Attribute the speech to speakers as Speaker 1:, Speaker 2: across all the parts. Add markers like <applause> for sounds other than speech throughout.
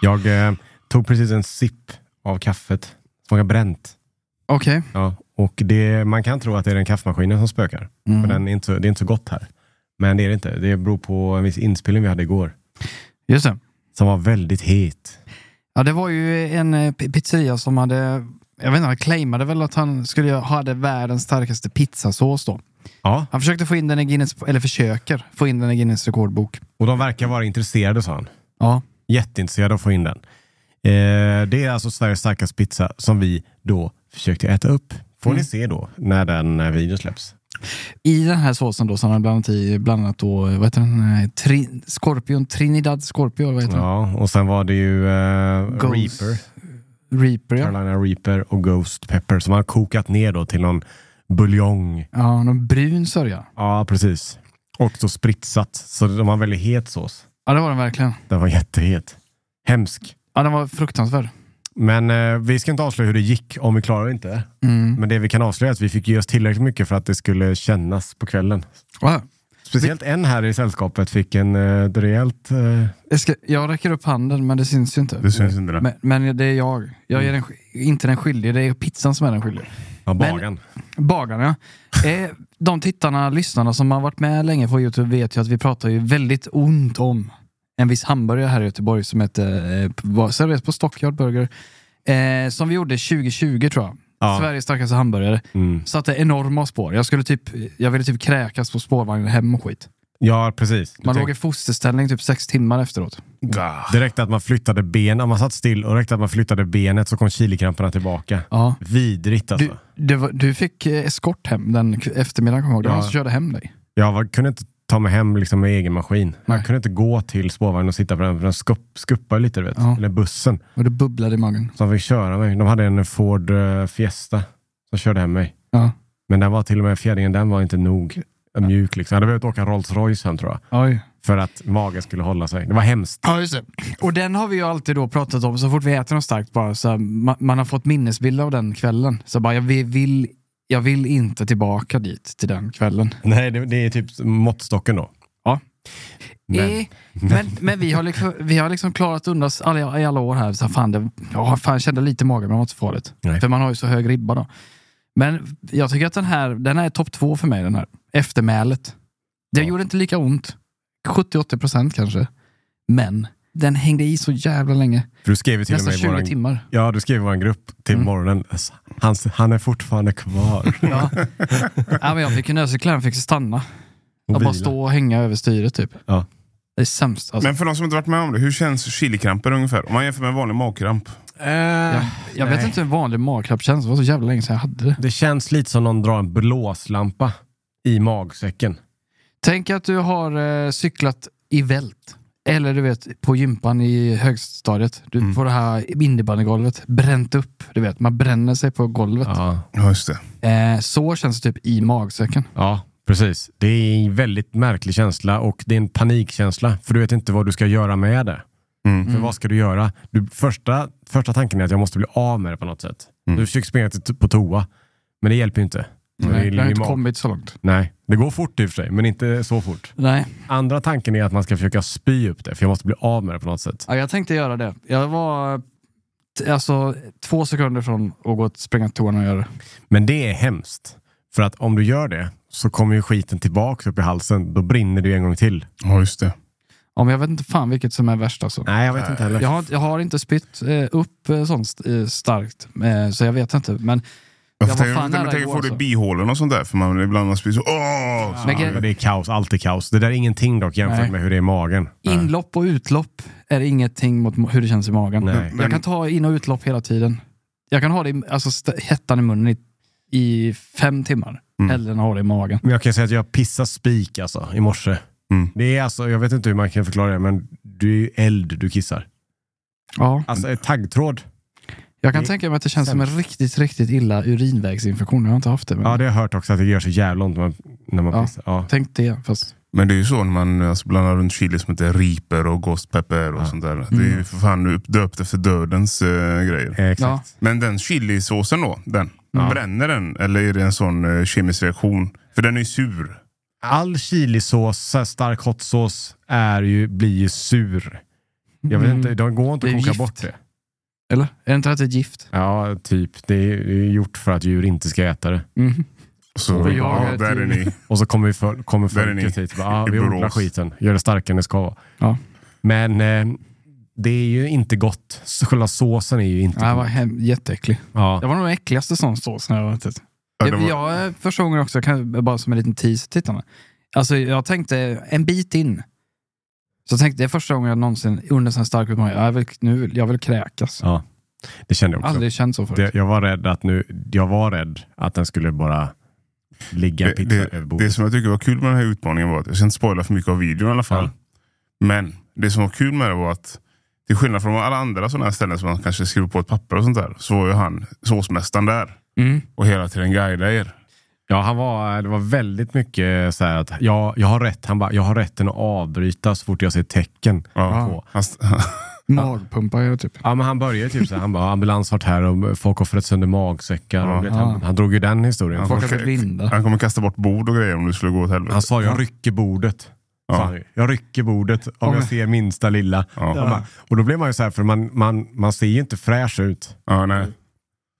Speaker 1: Jag eh, tog precis en sipp av kaffet. Smakar bränt.
Speaker 2: Okej.
Speaker 1: Ja. Och det, man kan tro att det är den kaffemaskinen som spökar.
Speaker 2: Mm.
Speaker 1: För den är inte, så- det är inte så gott här. Men det är det inte. Det beror på en viss inspelning vi hade igår.
Speaker 2: Just det.
Speaker 1: Som var väldigt het.
Speaker 2: Ja, det var ju en eh, p- pizzeria som hade, jag vet inte, han claimade väl att han skulle ha hade världens starkaste pizzasås då.
Speaker 1: Ja,
Speaker 2: Han försökte få in den i Guinness, eller försöker få in den i Guinness rekordbok.
Speaker 1: och de verkar vara intresserade sa han.
Speaker 2: Ja.
Speaker 1: Jätteintresserade av att få in den. Eh, det är alltså Sveriges starkaste pizza som vi då försökte äta upp. Får ni se då när den eh, videon släpps.
Speaker 2: I den här såsen då, som han blandat i, bland annat då, vad heter den, eh, tri, Scorpion, Trinidad Scorpio, vad heter
Speaker 1: Ja, och sen var det ju eh,
Speaker 2: Ghost.
Speaker 1: Reaper.
Speaker 2: den? Reaper, ja.
Speaker 1: Carolina Reaper och Ghost Pepper som har kokat ner då till någon buljong.
Speaker 2: Ja, någon brun sörja.
Speaker 1: Ja, precis. Och så spritsat. Så de har en väldigt het sås.
Speaker 2: Ja, det var den verkligen.
Speaker 1: Den var jättehet. Hemsk.
Speaker 2: Ja, den var fruktansvärd.
Speaker 1: Men eh, vi ska inte avslöja hur det gick om vi klarar det inte.
Speaker 2: Mm.
Speaker 1: Men det vi kan avslöja är att vi fick ge oss tillräckligt mycket för att det skulle kännas på kvällen.
Speaker 2: Ja.
Speaker 1: Speciellt en här i sällskapet fick en eh, rejält... Eh,
Speaker 2: Jag, ska, jag räcker upp handen, men det syns ju inte.
Speaker 1: Det syns inte, det.
Speaker 2: Men, men det är jag. Jag
Speaker 1: Mm.
Speaker 2: är den, sk- inte den skyldige, det är pizzan som är den skyldige.
Speaker 1: ja,
Speaker 2: Men-
Speaker 1: bagan.
Speaker 2: Bagarna. Eh, de tittarna, lyssnarna som har varit med länge på Youtube vet ju att vi pratar ju väldigt ont om en viss hamburgare här i Göteborg som heter eh, var serverat på Stockyard Burger. Eh, som vi gjorde 2020 tror jag.
Speaker 1: Ja.
Speaker 2: Sveriges starkaste hamburgare.
Speaker 1: Mm.
Speaker 2: Satte enorma spår. Jag, skulle typ, jag ville typ kräkas på spårvagnen hem och skit.
Speaker 1: Ja, precis. Du
Speaker 2: Man
Speaker 1: tänker-
Speaker 2: låg i fosterställning typ sex timmar efteråt.
Speaker 1: Det räckte att man flyttade ben, om man satt still och räckte att man flyttade benet så kom kilikramperna tillbaka.
Speaker 2: Ja.
Speaker 1: Vidrigt alltså.
Speaker 2: Du, det var, du fick eh, eskort hem den k- eftermiddagen, kommer jag ihåg. Det var
Speaker 1: Ja.
Speaker 2: någon som körde hem dig.
Speaker 1: Jag var, kunde inte ta mig hem liksom med egen maskin.
Speaker 2: Nej.
Speaker 1: Jag kunde inte gå till spårvagnen och sitta på den, för den skupp, skuppade lite, du vet.
Speaker 2: Ja.
Speaker 1: Eller bussen.
Speaker 2: Och det bubblade i magen.
Speaker 1: Så de fick köra mig. De hade en Ford eh, Fiesta som körde hem mig.
Speaker 2: Ja.
Speaker 1: Men den var till och med, fjädringen den var inte nog mjuk liksom. Jag hade behövt åka Rolls Royce hem tror jag.
Speaker 2: Oj.
Speaker 1: För att magen skulle hålla sig. Det var hemskt.
Speaker 2: Ja, just det. Och den har vi ju alltid då pratat om, så fort vi äter något starkt bara, så här, ma- man har fått minnesbilder av den kvällen. Så bara, jag vi- vill, jag vill inte tillbaka dit, till den kvällen.
Speaker 1: Nej, det, det är typ måttstocken då.
Speaker 2: Ja.
Speaker 1: Men-
Speaker 2: Eh, men, men vi har liksom, vi har liksom klarat undan oss alla, i alla år här. Så här, fan, det, ja, fan, jag kände lite i magen, men det var inte så farligt.
Speaker 1: Nej.
Speaker 2: För man har ju så hög ribba då. Men jag tycker att den här, den här är topp två för mig, den här. Eftermälet. Det gjorde inte lika ont. 70-80 procent kanske. Men den hängde i så jävla länge.
Speaker 1: För du skrev ju till och
Speaker 2: Nästan
Speaker 1: med i
Speaker 2: 20
Speaker 1: våran
Speaker 2: timmar. Mm.
Speaker 1: Ja, du skrev i vår grupp till morgonen. Alltså, Han, han är fortfarande
Speaker 2: <laughs>
Speaker 1: kvar. <laughs>
Speaker 2: Ja. ja, men jag fick en övercykel, han fick stanna. Och bara
Speaker 1: vila.
Speaker 2: stå och hänga över styret typ.
Speaker 1: Ja.
Speaker 2: Det är sämst. Alltså.
Speaker 3: Men för de som inte varit med om det, hur känns chilikramper ungefär? Om man jämför med vanlig magkramp.
Speaker 2: jag jag vet inte hur en vanlig magklapp känns. Det var så jävla länge sedan jag hade det.
Speaker 1: Det känns lite som någon drar en blåslampa i magsäcken.
Speaker 2: Tänk att du har eh, cyklat i vält. Eller du vet, på gympan i högstadiet. Du,
Speaker 1: Mm.
Speaker 2: På det här innebandygolvet. Bränt upp. Du vet, man bränner sig på golvet.
Speaker 1: Ja,
Speaker 3: Ja, just det.
Speaker 2: Eh, så känns det typ i magsäcken.
Speaker 1: ja precis. Det är en väldigt märklig känsla och det är en panikkänsla. För du vet inte vad du ska göra med det.
Speaker 3: Mm.
Speaker 2: Mm.
Speaker 1: För vad ska du göra? Du, första, första tanken är att jag måste bli av med det på något sätt. Du försöker springa till, på toa, men det hjälper ju inte. Så
Speaker 2: Mm. Nej, det har
Speaker 1: ligger i
Speaker 2: inte
Speaker 1: mag-
Speaker 2: kommit så långt.
Speaker 1: Nej, det går fort i och för sig, men inte så fort.
Speaker 2: Nej.
Speaker 1: Andra tanken är att man ska försöka spy upp det, för jag måste bli av med det på något sätt.
Speaker 2: Ja, jag tänkte göra det. Jag var t- alltså, två sekunder från att gå och springa till toan och göra det.
Speaker 1: Men det är hemskt. För att om du gör det så kommer ju skiten tillbaka upp i halsen. Då brinner du en gång till.
Speaker 3: Ja, just det.
Speaker 2: Ja, men jag vet inte fan vilket som är värst alltså.
Speaker 1: Nej, jag vet inte heller.
Speaker 2: Jag har, jag har inte spytt eh, upp eh, sånt st- eh, starkt, eh, så jag vet inte. Men,
Speaker 3: Jag,
Speaker 2: Ja, vad
Speaker 3: tänker,
Speaker 2: fan är
Speaker 3: men
Speaker 2: det
Speaker 3: tänker
Speaker 2: igår,
Speaker 3: får du
Speaker 2: alltså?
Speaker 3: bihålorna och sånt där? För man ibland man spyr så... Åh! så
Speaker 2: men
Speaker 1: Ja, det är kaos, allt är kaos. Det där är ingenting dock jämfört
Speaker 2: Nej.
Speaker 1: med hur det är i magen.
Speaker 2: inlopp och utlopp är ingenting mot mo- hur det känns i magen.
Speaker 1: Nej.
Speaker 2: jag kan ta in och utlopp hela tiden. Jag kan ha det i, alltså, st- hettan i munnen i, i fem timmar,
Speaker 1: Mm.
Speaker 2: hellre än att ha det i magen.
Speaker 1: Men jag kan säga att jag pissade spik alltså, i morse.
Speaker 3: Mm.
Speaker 1: Det är alltså, jag vet inte hur man kan förklara det, men du är ju eld du kissar.
Speaker 2: Ja,
Speaker 1: Alltså ett taggtråd.
Speaker 2: jag kan
Speaker 1: Det-
Speaker 2: tänka mig att det känns som en riktigt, riktigt illa urinvägsinfektion. Jag har inte haft det. Men
Speaker 1: Ja, det har jag hört också att det gör så jävla ont när man, när man
Speaker 2: Ja.
Speaker 1: pissar. Ja.
Speaker 2: Tänk det, fast
Speaker 3: Men det är ju så när man alltså, blandar runt chili som heter riper och ghost pepper och sånt där. Det är ju för fan uppdöpt efter dödens eh, grejer.
Speaker 1: Eh, Exakt.
Speaker 3: Men den chilisåsen då, den. Bränner den eller är det en sån eh, kemisk reaktion? För den är ju sur.
Speaker 1: All chilisås, så här stark hotsås, är ju, blir ju sur. Jag vet
Speaker 2: Mm.
Speaker 1: inte, de går inte
Speaker 2: Det
Speaker 1: att
Speaker 2: är
Speaker 1: koka
Speaker 2: gift.
Speaker 1: bort det.
Speaker 2: Eller? Är det inte att det är gift?
Speaker 1: Ja, typ. Det är det är gjort för att djur inte ska äta det.
Speaker 2: Mm.
Speaker 3: Så,
Speaker 1: Och jag
Speaker 3: ja,
Speaker 2: äter
Speaker 3: där
Speaker 2: <laughs>
Speaker 3: är
Speaker 2: ju-
Speaker 3: ni.
Speaker 1: Och så kommer, vi för, kommer
Speaker 3: Där är ni.
Speaker 1: folket hit och bara, ah,
Speaker 3: I
Speaker 1: vi odlar
Speaker 3: Borås."
Speaker 1: skiten, gör det starkare än det ska vara.
Speaker 2: Ja.
Speaker 1: Men eh, det är ju inte gott. Så Själva såsen är ju inte
Speaker 2: Ja, det var
Speaker 1: god.
Speaker 2: hem- jätteäcklig. Det
Speaker 1: Ja.
Speaker 2: var nog den äckligaste sån såsen jag har ätit.
Speaker 3: Ja, det
Speaker 2: Jag,
Speaker 3: var,
Speaker 2: jag eh, första gången också, kan, bara som en liten tease till tittarna. Alltså jag tänkte en bit in. Så tänkte jag första gången jag någonsin under en sån här stark utmaning, jag vill, nu vill, jag vill kräkas.
Speaker 1: Ja. Det kände jag också.
Speaker 2: Aldrig känt så förut.
Speaker 1: Det, jag var rädd att nu, jag var rädd att den skulle bara ligga
Speaker 3: det,
Speaker 1: pizza
Speaker 3: det,
Speaker 1: över bordet.
Speaker 3: det som jag tycker var kul med den här utmaningen var att, jag ska inte spoila för mycket av videon i alla fall. Men det som var kul med det var att till skillnad från alla andra sådana här ställen som man kanske skriver på ett papper och sånt där. Så var ju han såsmästaren där
Speaker 2: Mm.
Speaker 3: och hela tiden guidade er.
Speaker 1: Ja, han var, det var väldigt mycket så här att jag, jag har rätt. Han bara, jag har rätten att avbryta så fort jag ser tecken.
Speaker 3: Ja.
Speaker 1: på.
Speaker 3: <laughs> Han,
Speaker 2: Magpumpar jag typ.
Speaker 1: Ja, men han började typ så här, han bara, ambulans varit här och folk har fått sönder magsäckar.
Speaker 3: Ja.
Speaker 1: Och, du vet, han, han drog ju den historien.
Speaker 3: Ja.
Speaker 2: Folk har
Speaker 3: Okej.
Speaker 2: fått vinda.
Speaker 3: han kommer kasta bort bord och grejer om du skulle gå åt helvete.
Speaker 1: Han sa, jag rycker bordet.
Speaker 3: Ja.
Speaker 1: sa han ju. Jag rycker bordet om jag ser minsta lilla.
Speaker 3: Ja.
Speaker 1: Han bara, och då blir man ju så här, för man, man, man ser ju inte fräsch ut.
Speaker 3: ja, nej.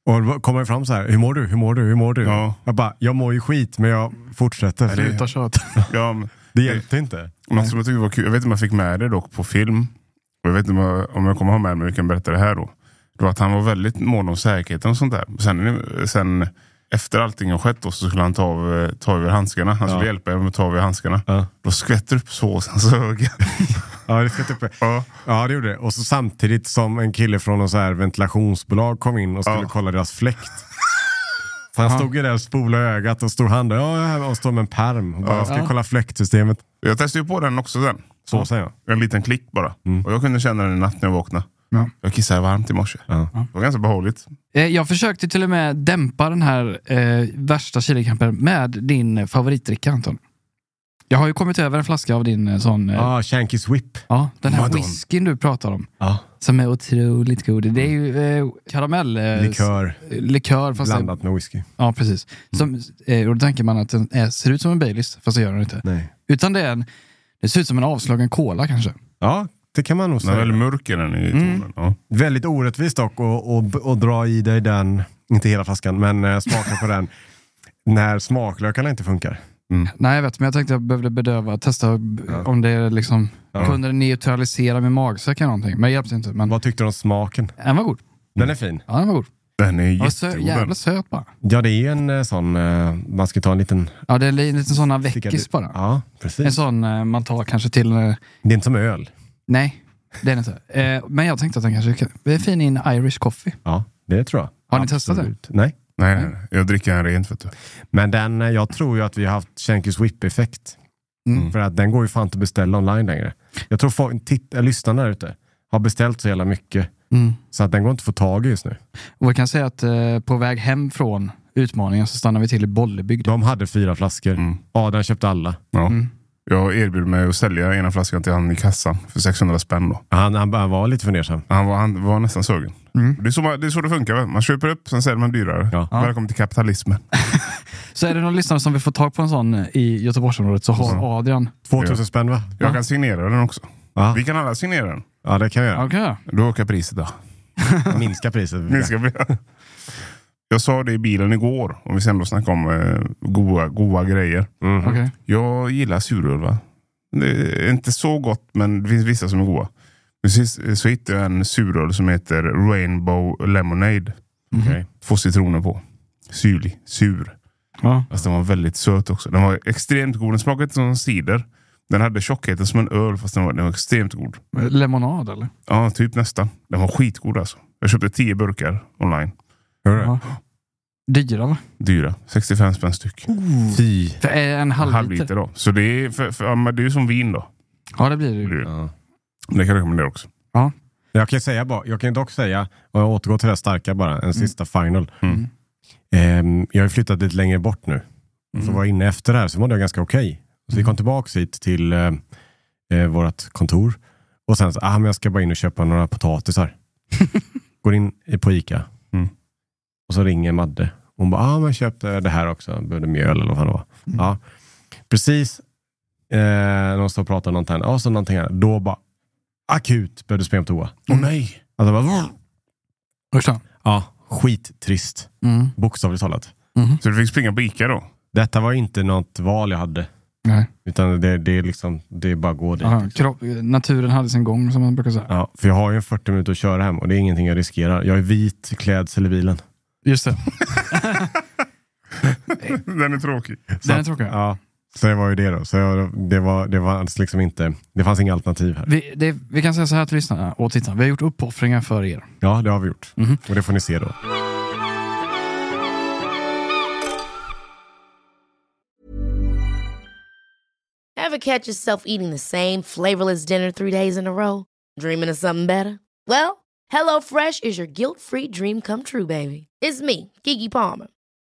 Speaker 1: Och då kommer det fram så här, hur mår du, hur mår du, hur mår du?
Speaker 3: Ja.
Speaker 1: Jag bara, jag mår ju skit men jag fortsätter. Det,
Speaker 2: Sluta tjata.
Speaker 3: Ja, men-
Speaker 1: det hjälpte inte.
Speaker 3: Något som jag tyckte var kul, jag vet inte om jag fick med det dock på film. Och jag vet inte om jag, om jag kommer ha med mig, vi kan berätta det här då. Det var att han var väldigt mån om säkerheten och sånt där. Sen, sen efter allting har skett då, så skulle han ta, av, eh, ta över handskarna. Han skulle
Speaker 1: Ja.
Speaker 3: hjälpa er med att ta över handskarna.
Speaker 1: Ja.
Speaker 3: Då skvätter upp såsen så höga.
Speaker 1: Ja, det ska typ...
Speaker 3: Ja.
Speaker 1: ja, det gjorde det. Och så samtidigt som en kille från något så här ventilationsbolag kom in och skulle
Speaker 3: Ja.
Speaker 1: kolla deras fläkt. Så han stod ju där och spolade ögat och stod han där ja, jag är här och står med en perm och bara,
Speaker 3: Ja.
Speaker 1: jag ska kolla fläktsystemet.
Speaker 3: Jag testade ju på den också sen.
Speaker 1: Så säger jag.
Speaker 3: En liten klick bara. Och jag kunde känna den i natt när jag vaknade.
Speaker 2: Ja.
Speaker 3: Jag kissade varmt i morse.
Speaker 1: Ja.
Speaker 3: Det var ganska behagligt.
Speaker 2: Eh, Jag försökte till och med dämpa den här eh, värsta chilikampen med din favoritdricka Anton. Jag har ju kommit över en flaska av din eh, sån... Eh,
Speaker 1: Ah, Shanky's whip.
Speaker 2: Ja, den här
Speaker 3: Madon.
Speaker 2: whiskyn du pratar om.
Speaker 1: Ja.
Speaker 2: Som är otroligt god. Det är ju eh, karamell... Eh,
Speaker 1: Likör
Speaker 2: s- likör fast det,
Speaker 1: blandat med whisky.
Speaker 2: Ja, precis. Som, eh, och då tänker man att den är, ser ut som en Baileys, fast det gör den inte.
Speaker 1: Nej.
Speaker 2: Utan det är en... Det ser ut som en avslagen cola kanske.
Speaker 1: Ja, det kan man nog
Speaker 3: Den
Speaker 1: säga.
Speaker 3: är väldigt mörk är den i tonen. Ja.
Speaker 1: Väldigt orättvist dock att- att att dra i dig den, inte hela flaskan, men eh, smaka på den <laughs> när smaklökarna inte funkar.
Speaker 2: Nej, jag vet, men jag tänkte jag behövde bedöva, testa b- om det är liksom... Kunde den neutralisera min magsäck eller någonting? Men det hjälpte inte. Men
Speaker 1: Vad tyckte du om smaken?
Speaker 2: den var god.
Speaker 1: Den är fin.
Speaker 2: Ja, den var god.
Speaker 3: Den är
Speaker 2: Den var sö-
Speaker 3: jättegod. den.
Speaker 2: jävla söt bara.
Speaker 1: Ja, det är ju en eh, sån, eh, man ska ta en liten...
Speaker 2: Ja, det är li- en liten sån här väckis bara.
Speaker 1: Ja,
Speaker 2: En
Speaker 1: precis.
Speaker 2: sån eh, man tar kanske till... eh,
Speaker 1: Det är inte som öl.
Speaker 2: Nej, det är den inte. Eh, men jag tänkte att den kanske kan- det är fin i en Irish coffee.
Speaker 1: Ja, det tror jag.
Speaker 2: Har ni testat
Speaker 1: Absolut. Nej.
Speaker 3: Nej, nej, nej. Jag dricker den rent vet du.
Speaker 1: Men den, eh, jag tror ju att vi har haft Schenkes Whip-effekt.
Speaker 2: Mm.
Speaker 1: För att den går ju fan inte att beställa online längre. Jag tror folk, titt- äh, lyssnarna där ute har beställt så jävla mycket
Speaker 2: Mm.
Speaker 1: så att den går inte att få tag i just nu.
Speaker 2: Och jag kan säga att eh, på väg hem från utmaningen så stannar vi till i Bollebygd.
Speaker 1: De hade fyra flaskor.
Speaker 3: Mm.
Speaker 1: Adam köpte alla.
Speaker 3: Ja. Jag erbjöd mig att sälja ena flaskan till han i kassan för 600 spänn. Då.
Speaker 1: Han, han, han var lite fundersam.
Speaker 3: Han, var, han var nästan sugen. Det, är så, man- det är så det funkar. Va? Man köper upp, sen säljer man dyrare.
Speaker 1: Ja.
Speaker 3: Välkommen till kapitalismen.
Speaker 2: Så är det någon lyssnare som vill få tag på en sån eh, i Göteborgsområdet så
Speaker 1: Mm.
Speaker 2: har Adrian.
Speaker 1: 2000 spänn va?
Speaker 3: Jag kan signera den också.
Speaker 1: Ja.
Speaker 3: Vi kan alla signera den.
Speaker 1: Ja, det kan jag göra.
Speaker 2: Ja, kan jag.
Speaker 3: Då ökar priset. Då.
Speaker 1: Minska priset.
Speaker 3: Minskar vi- <laughs> Jag sa det i bilen igår, om vi sen då snackar om eh, goa, goa grejer.
Speaker 1: Mhm.
Speaker 2: Okej.
Speaker 3: Jag gillar suröl. Va? Det är inte så gott, men det finns vissa som är goda. Precis, så hittade jag en suröl som heter Rainbow Lemonade.
Speaker 1: Okej.
Speaker 3: Två citroner på. Syrlig. Sur.
Speaker 2: Mm. Ja.
Speaker 3: Fast den var väldigt söt också. Den var extremt god. Den smakade inte som cider. Den hade tjockheten som en öl fast den var, den var extremt god.
Speaker 2: Lemonad eller?
Speaker 3: Ja, typ nästan. Den var skitgod alltså. Jag köpte tio burkar online.
Speaker 1: Hör du?
Speaker 2: Ja. Dyra va?
Speaker 3: Dyra. 65 spänn styck.
Speaker 1: Fy.
Speaker 2: För eh, en halv,
Speaker 3: Halv
Speaker 2: liter. Mm.
Speaker 3: liter då. Så det är, för, för, ja, men det är ju som vin då.
Speaker 2: Ja, det blir det
Speaker 3: Det, är
Speaker 1: Mm.
Speaker 2: ju.
Speaker 3: ju- det kan jag rekommendera också.
Speaker 1: Jag kan, säga bara, jag kan dock säga, och jag återgår till det här starka bara, en sista final.
Speaker 3: Mm.
Speaker 1: Ehm, jag har ju flyttat lite längre bort nu.
Speaker 3: Mm.
Speaker 1: Så var jag inne efter det här så mådde jag ganska okej. Så vi kom tillbaka hit till eh, eh, vårt kontor. Och sen så, ah, men jag ska bara in och köpa några
Speaker 3: <laughs>
Speaker 1: potatisar. Går in i- på Ica.
Speaker 3: Mm.
Speaker 1: Och så ringer Madde. Hon bara, ah, men köp eh, det här också. Jag Behövde mjöl eller vad fan det var.
Speaker 3: Mm.
Speaker 1: Ja. Precis eh, när hon står och pratar om någonting, ah, så någonting här, då bara akut behövde springa på toa.
Speaker 3: Åh nej!
Speaker 1: Alltså bara,
Speaker 2: Usch då.
Speaker 1: ja, skittrist.
Speaker 2: Mm.
Speaker 1: Bokstavligt talat.
Speaker 3: Så du fick springa på Ica då? <laughs>
Speaker 1: Detta var inte något val jag hade.
Speaker 2: Nej.
Speaker 1: Utan det, det, är, liksom, det är bara att gå dit.
Speaker 2: Aha, kropp, naturen hade sin gång som man brukar säga.
Speaker 1: Ja, för jag har ju 40 minuter att köra hem och det är ingenting jag riskerar. Jag är vit, klädsel i bilen. <laughs>
Speaker 2: Just det.
Speaker 3: Den är tråkig.
Speaker 1: Så
Speaker 2: Den är
Speaker 1: att-
Speaker 2: tråkig.
Speaker 1: Ja, så det var ju det då. Så jag, det, var, det, var alltså liksom inte, det fanns inga alternativ här.
Speaker 2: Vi, det, vi kan säga så här till lyssnarna och tittarna. Vi har gjort uppoffringar för er.
Speaker 1: Ja, det har vi gjort. Och det får ni se då.
Speaker 4: Ever catch yourself eating the same flavorless dinner three days in a row? Dreaming of something better? Well, HelloFresh is your guilt free dream come true, baby. It's me, Gigi Palmer.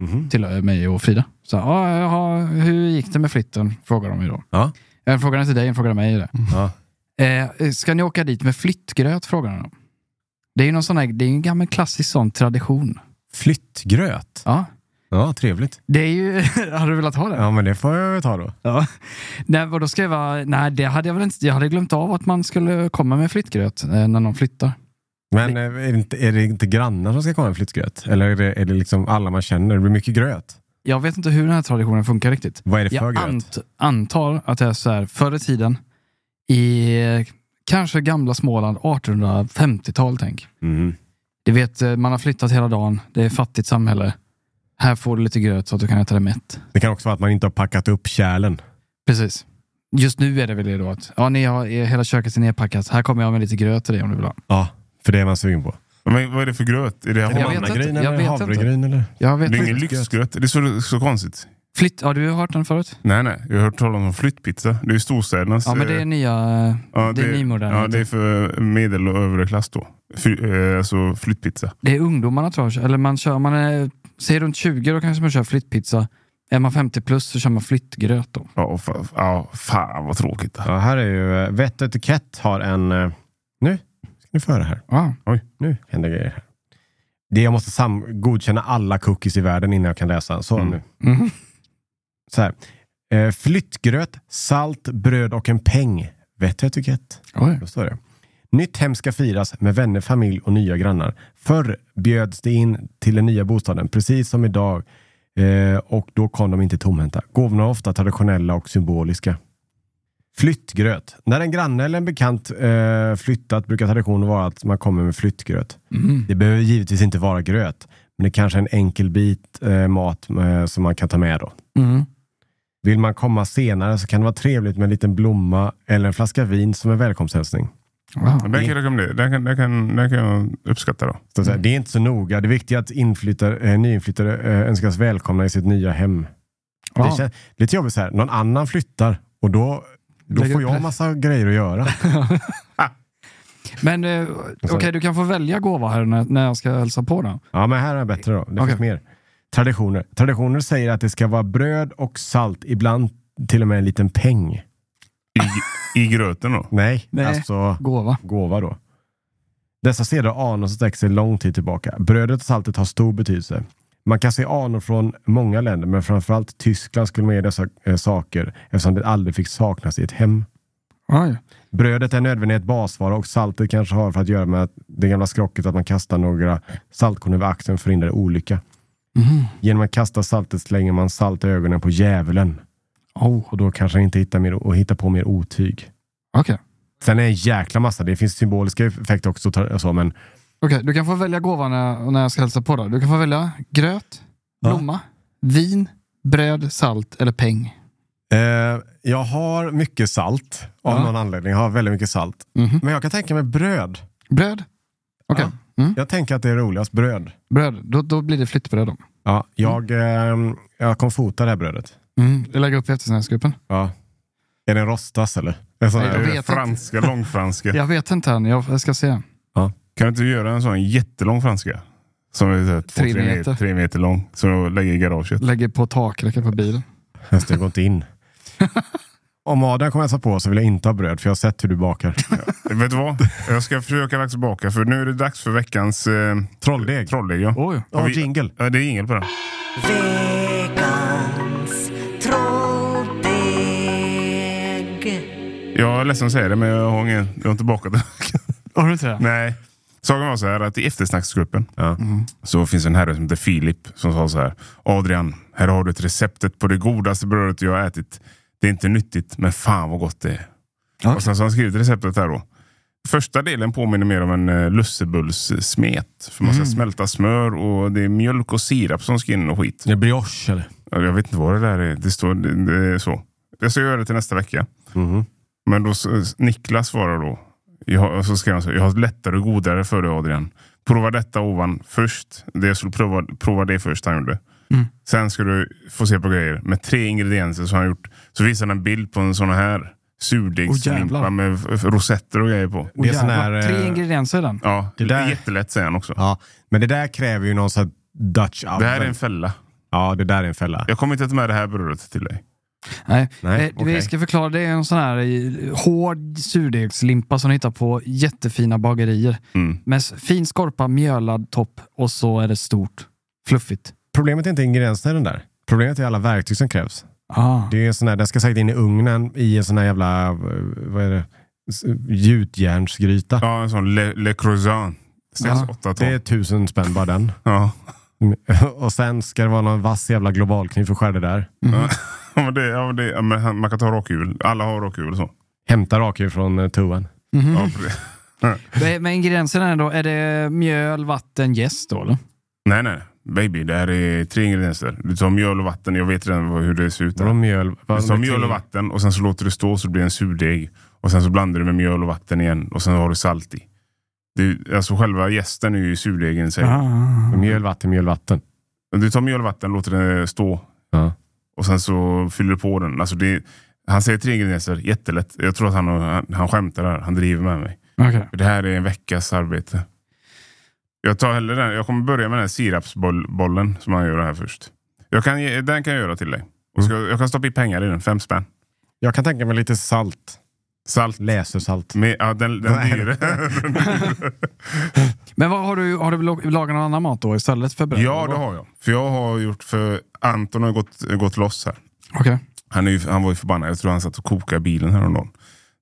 Speaker 1: Mhm.
Speaker 2: till eh, mig och Frida. Så, ah, jaha, hur gick det med flytten? Frågar de ju då.
Speaker 1: Ja.
Speaker 2: En frågar inte dig, en frågar mig. Det.
Speaker 1: Ja.
Speaker 2: Eh, ska ni åka dit med flyttgröt? Frågar de. Det är ju någon sån här, det är ju en gammal klassisk sån tradition.
Speaker 1: Flyttgröt.
Speaker 2: Ja.
Speaker 1: Ja, trevligt.
Speaker 2: Det är ju, <laughs> hade du velat ha det?
Speaker 1: Ja, men det får jag väl ta då.
Speaker 2: Ja. Nej, vadå ska jag vara- Nej, det hade jag väl inte. Jag hade glömt av att man skulle komma med flyttgröt eh, när någon flyttar.
Speaker 1: Men eh, är det inte, är det inte grannar som ska komma med flyttgröt? Eller är det, är det liksom alla man känner? Det blir mycket gröt.
Speaker 2: Jag vet inte hur den här traditionen funkar riktigt.
Speaker 1: Vad är det för
Speaker 2: Jag
Speaker 1: gröt?
Speaker 2: ant, antar att det är så här, förr i tiden, i eh, kanske gamla Småland, 1850-tal tänk.
Speaker 1: Mm.
Speaker 2: Du vet, eh, man har flyttat hela dagen, det är fattigt samhälle. Här får du lite gröt så att du kan äta det mätt.
Speaker 1: Det kan också vara att man inte har packat upp kärlen.
Speaker 2: Precis. Just nu är det väl det då att ja, ni har, er- hela köket är nerpackat. Här kommer jag med lite gröt till dig om du vill ha.
Speaker 1: Ja, för det är man sugen på.
Speaker 3: Men vad är det för gröt? Är det
Speaker 2: vet
Speaker 3: Havanna?
Speaker 2: inte.
Speaker 1: Mannagryn
Speaker 2: jag
Speaker 1: eller
Speaker 2: vet inte.
Speaker 1: havregryn? Eller?
Speaker 2: Jag vet
Speaker 3: Det är ingen
Speaker 2: inte.
Speaker 3: lyxgröt. Det är så, så konstigt.
Speaker 2: Flytt, ja, du har hört den förut?
Speaker 3: Nej, nej. Jag har hört talas om flyttpizza. Det är ju storstädernas...
Speaker 2: Ja, men det är
Speaker 3: eh,
Speaker 2: nya...
Speaker 3: ja,
Speaker 2: det, är nymodernt.
Speaker 3: Ja, det är för medel och övre klass då. Fy, eh, alltså flyttpizza.
Speaker 2: Det är ungdomarna tror jag. Eller man kör, man är, säger runt 20 då kanske man kör flyttpizza. Är man 50 plus så kör man flyttgröt då.
Speaker 3: Ja, och fa, ja, fan vad tråkigt. Det här.
Speaker 1: Ja, här är ju... eh, Vett och etikett har en... eh, Nu ska ni få höra här.
Speaker 2: Ja.
Speaker 1: Oj, nu händer grejer här. Det jag måste sam- godkänna alla cookies i världen innan jag kan läsa. Så
Speaker 3: Mm.
Speaker 1: nu.
Speaker 2: Mhm.
Speaker 1: Så här. Eh, flyttgröt, salt, bröd och en peng. Vett och etikett.
Speaker 2: Oj.
Speaker 1: Då står det. Nytt hem ska firas med vänner, familj och nya grannar. Förr bjöds det in till den nya bostaden, precis som idag. Eh, och då kom de inte tomhänta. Gåvorna var ofta traditionella och symboliska. Flyttgröt. När en granne eller en bekant eh, flyttat brukar traditionen vara att man kommer med flyttgröt. Det behöver givetvis inte vara gröt, men det kanske är en enkel bit eh, mat eh, som man kan ta med då.
Speaker 2: Mm.
Speaker 1: Vill man komma senare så kan det vara trevligt med en liten blomma eller en flaska vin som en välkomsthälsning.
Speaker 2: Wow.
Speaker 3: Men Den kan jag rekommendera. Den kan, den kan, den kan jag uppskatta då.
Speaker 1: Så att säga,
Speaker 2: Mm.
Speaker 1: Det är inte så noga. Det viktiga är att inflyttare, eh, nyinflyttare eh, önskas välkomna i sitt nya hem. Det
Speaker 2: Ja.
Speaker 1: känns lite jobbigt så här. Någon annan flyttar och då, då
Speaker 2: Lägger
Speaker 1: får
Speaker 2: upp
Speaker 1: jag
Speaker 2: press.
Speaker 1: massa grejer att
Speaker 2: <laughs>
Speaker 1: göra.
Speaker 2: Men eh, okej, du kan få välja gåva här när, när jag ska hälsa på då.
Speaker 1: Ja, men här är det bättre då. Det
Speaker 2: Okej.
Speaker 1: finns mer. Traditioner. Traditioner säger att det ska vara bröd och salt, ibland till och med en liten peng.
Speaker 3: I, I gröten då.
Speaker 1: Nej,
Speaker 2: Nej.
Speaker 1: alltså
Speaker 2: Gåva.
Speaker 1: gåva då. Dessa seder och anor som sträcker sig lång tid tillbaka. Brödet och saltet har stor betydelse. Man kan se anor från många länder, men framförallt Tyskland skulle med i dessa eh, saker eftersom det aldrig fick saknas i ett hem.
Speaker 2: Oj.
Speaker 1: Brödet är en nödvändighet basvara och saltet kanske har för att göra med att det gamla skrocket att man kastar några saltkorn över axeln förhindrar olycka. Genom att kasta saltet slänger man salt i ögonen på djävulen
Speaker 2: Oh,
Speaker 1: och då kanske han inte hittar, mer, och hittar på mer otyg.
Speaker 2: okej.
Speaker 1: Sen är det en jäkla massa. Det finns symboliska effekter också. och Så, men
Speaker 2: Okej, du kan få välja gåvan när, när jag ska hälsa på. Då. Du kan få välja gröt,
Speaker 1: Ja.
Speaker 2: blomma, vin, bröd, salt eller peng.
Speaker 1: Eh, jag har mycket salt av
Speaker 2: Ja.
Speaker 1: någon anledning. Jag har väldigt mycket salt.
Speaker 2: Mhm.
Speaker 1: Men jag kan tänka mig bröd.
Speaker 2: Bröd? Okej, Mm.
Speaker 1: Jag tänker att det är roligast bröd.
Speaker 2: bröd. Då, då blir det flyttbröd då.
Speaker 1: Ja, jag, eh, jag kommer fota det här brödet.
Speaker 2: Mm. Jag lägger upp i eftersnacksgruppen.
Speaker 1: Ja. Är den rostas eller? En sån
Speaker 2: Nej,
Speaker 1: här.
Speaker 2: jag
Speaker 3: Är det
Speaker 2: vet
Speaker 3: Eh, franska, långfranska.
Speaker 2: Jag vet inte än, jag jag ska se.
Speaker 3: Kan du inte göra en sån jättelång franska? Som är så här, två,
Speaker 2: Tre
Speaker 3: tre,
Speaker 2: meter.
Speaker 3: meter. tre meter lång. Som du lägger i garaget. <laughs>
Speaker 2: Lägger på takräcket på bilen.
Speaker 1: Just det, jag går inte in. Om Adam kommer hälsa på så vill jag inte ha bröd för jag har sett hur du bakar.
Speaker 3: Vet du vad? Jag ska försöka dags baka för nu är det dags för veckans eh,
Speaker 1: Trolldeg.
Speaker 3: trolldeg. Ja.
Speaker 2: Oj.
Speaker 1: Ja,
Speaker 3: Har vi-
Speaker 1: jingle.
Speaker 3: Ja, det är ingen på den.
Speaker 5: Veckans trolldeg.
Speaker 3: Jag är ledsen att säga det, men jag har, ingen, jag har inte bakat den.
Speaker 2: Har du inte det?
Speaker 3: Nej. Saken var så här att i eftersnacksgruppen mm,
Speaker 1: Ja.
Speaker 3: så finns en herre som heter Filip som sa så här. Adrian, här har du ett receptet på det godaste brödet jag har ätit. Det är inte nyttigt, men fan vad gott det är. Och sen så har han skrivit receptet här då. Första delen påminner mer om en eh, lussebullssmet. För man ska smälta smör och det är mjölk och sirap som ska in och skit.
Speaker 1: Det är brioche eller?
Speaker 3: Ja, Jag vet inte vad det där är. Det står det, det är så. Jag ska göra det till nästa vecka. Men då s- Niklas svarar då. Jag, har- så skrev han så här, jag har ett lättare och godare för dig Adrian. Prova detta ovan först. Det jag skulle prova, prova det först han gjorde. Sen ska du få se på grejer med tre ingredienser som han gjort. Så visar han en bild på en sån här surdegslimpa
Speaker 2: jävlar.
Speaker 3: med f- f- rosetter och grejer på.
Speaker 1: Det är sån
Speaker 2: Jävlar,
Speaker 1: här, eh,
Speaker 2: Tre ingredienser i den.
Speaker 3: Ja, det
Speaker 1: Det där-
Speaker 3: är jättelätt säger han också.
Speaker 1: Ja, men det där kräver ju någon sån här Dutch oven.
Speaker 3: Det här är en fälla.
Speaker 1: Ja, det där är en fälla.
Speaker 3: Jag kommer inte att ta med det här brödet till dig.
Speaker 2: Nej.
Speaker 1: Nej,
Speaker 2: eh, Vi
Speaker 1: okej.
Speaker 2: ska förklara, det är en sån här eh, hård surdegslimpa som du hittar på jättefina bagerier.
Speaker 3: Mm.
Speaker 2: Med s- fin skorpa, mjölad topp och så är det stort. Fluffigt.
Speaker 1: Problemet är inte ingredienserna i den där. Problemet är alla verktyg som krävs.
Speaker 2: Ah.
Speaker 1: Det är en sån här, den ska säkert in i ugnen i en sån här jävla, eh, vad är det, S- gjutjärnsgryta.
Speaker 3: Ja, en sån Le, le Croissant. Ställs
Speaker 2: Ja,
Speaker 3: åtta ton.
Speaker 1: Det är tusen spänn bara den.
Speaker 3: Ja. <laughs>
Speaker 1: Mm. <laughs> Och sen ska det vara någon vass jävla globalkniv för att skära det där.
Speaker 3: Ja, men det, ja, men det, ja, men han- man kan ta rakhjul. Alla har rakhjul och så.
Speaker 1: Hämta rakhjul från eh, toan.
Speaker 3: Ja, för det-
Speaker 2: Men men ingredienserna är då, är det mjöl, vatten, jäst då eller?
Speaker 3: nej, nej. Baby, det här är tre ingredienser. Du tar mjöl och vatten. Jag vet redan vad- hur det ser ut.
Speaker 1: Vadå
Speaker 3: Där.
Speaker 1: mjöl? Vad-
Speaker 3: Du tar mjöl och vatten och sen så låter du stå så det blir en surdeg. Och sen så blandar du med mjöl och vatten igen och sen har du salt i. Det, alltså själva jästen är ju surdegen i sig.
Speaker 2: Ah.
Speaker 1: Mm. Mjöl, vatten, mjöl, vatten.
Speaker 3: Du tar mjöl och vatten, låter det stå
Speaker 1: Ja.
Speaker 3: och sen så fyller du på den. Alltså det, han säger tre ingredienser, jättelätt. Jag tror att han, han, han skämtar där. Han driver med mig.
Speaker 2: Okej.
Speaker 3: För Det här är en veckas arbete. Jag tar hellre den. Jag kommer börja med den här sirapsbollen som han gör här först. Jag kan, ge- den kan jag göra till dig. Och ska, jag kan stoppa i pengar i den. Fem spänn.
Speaker 1: Jag kan tänka mig lite salt.
Speaker 3: Salt.
Speaker 1: Läsersalt.
Speaker 3: Med, ja, den den
Speaker 1: Nej.
Speaker 3: <laughs> dyre.
Speaker 2: Men vad, har, du, har du lag- lagat någon annan mat då istället för bröd?
Speaker 3: ja, det har jag. För jag har gjort för Anton har gått, gått loss här.
Speaker 2: Okej.
Speaker 3: Han, är ju, han var ju förbannad. Jag tror han satt och kokade i bilen häromdagen.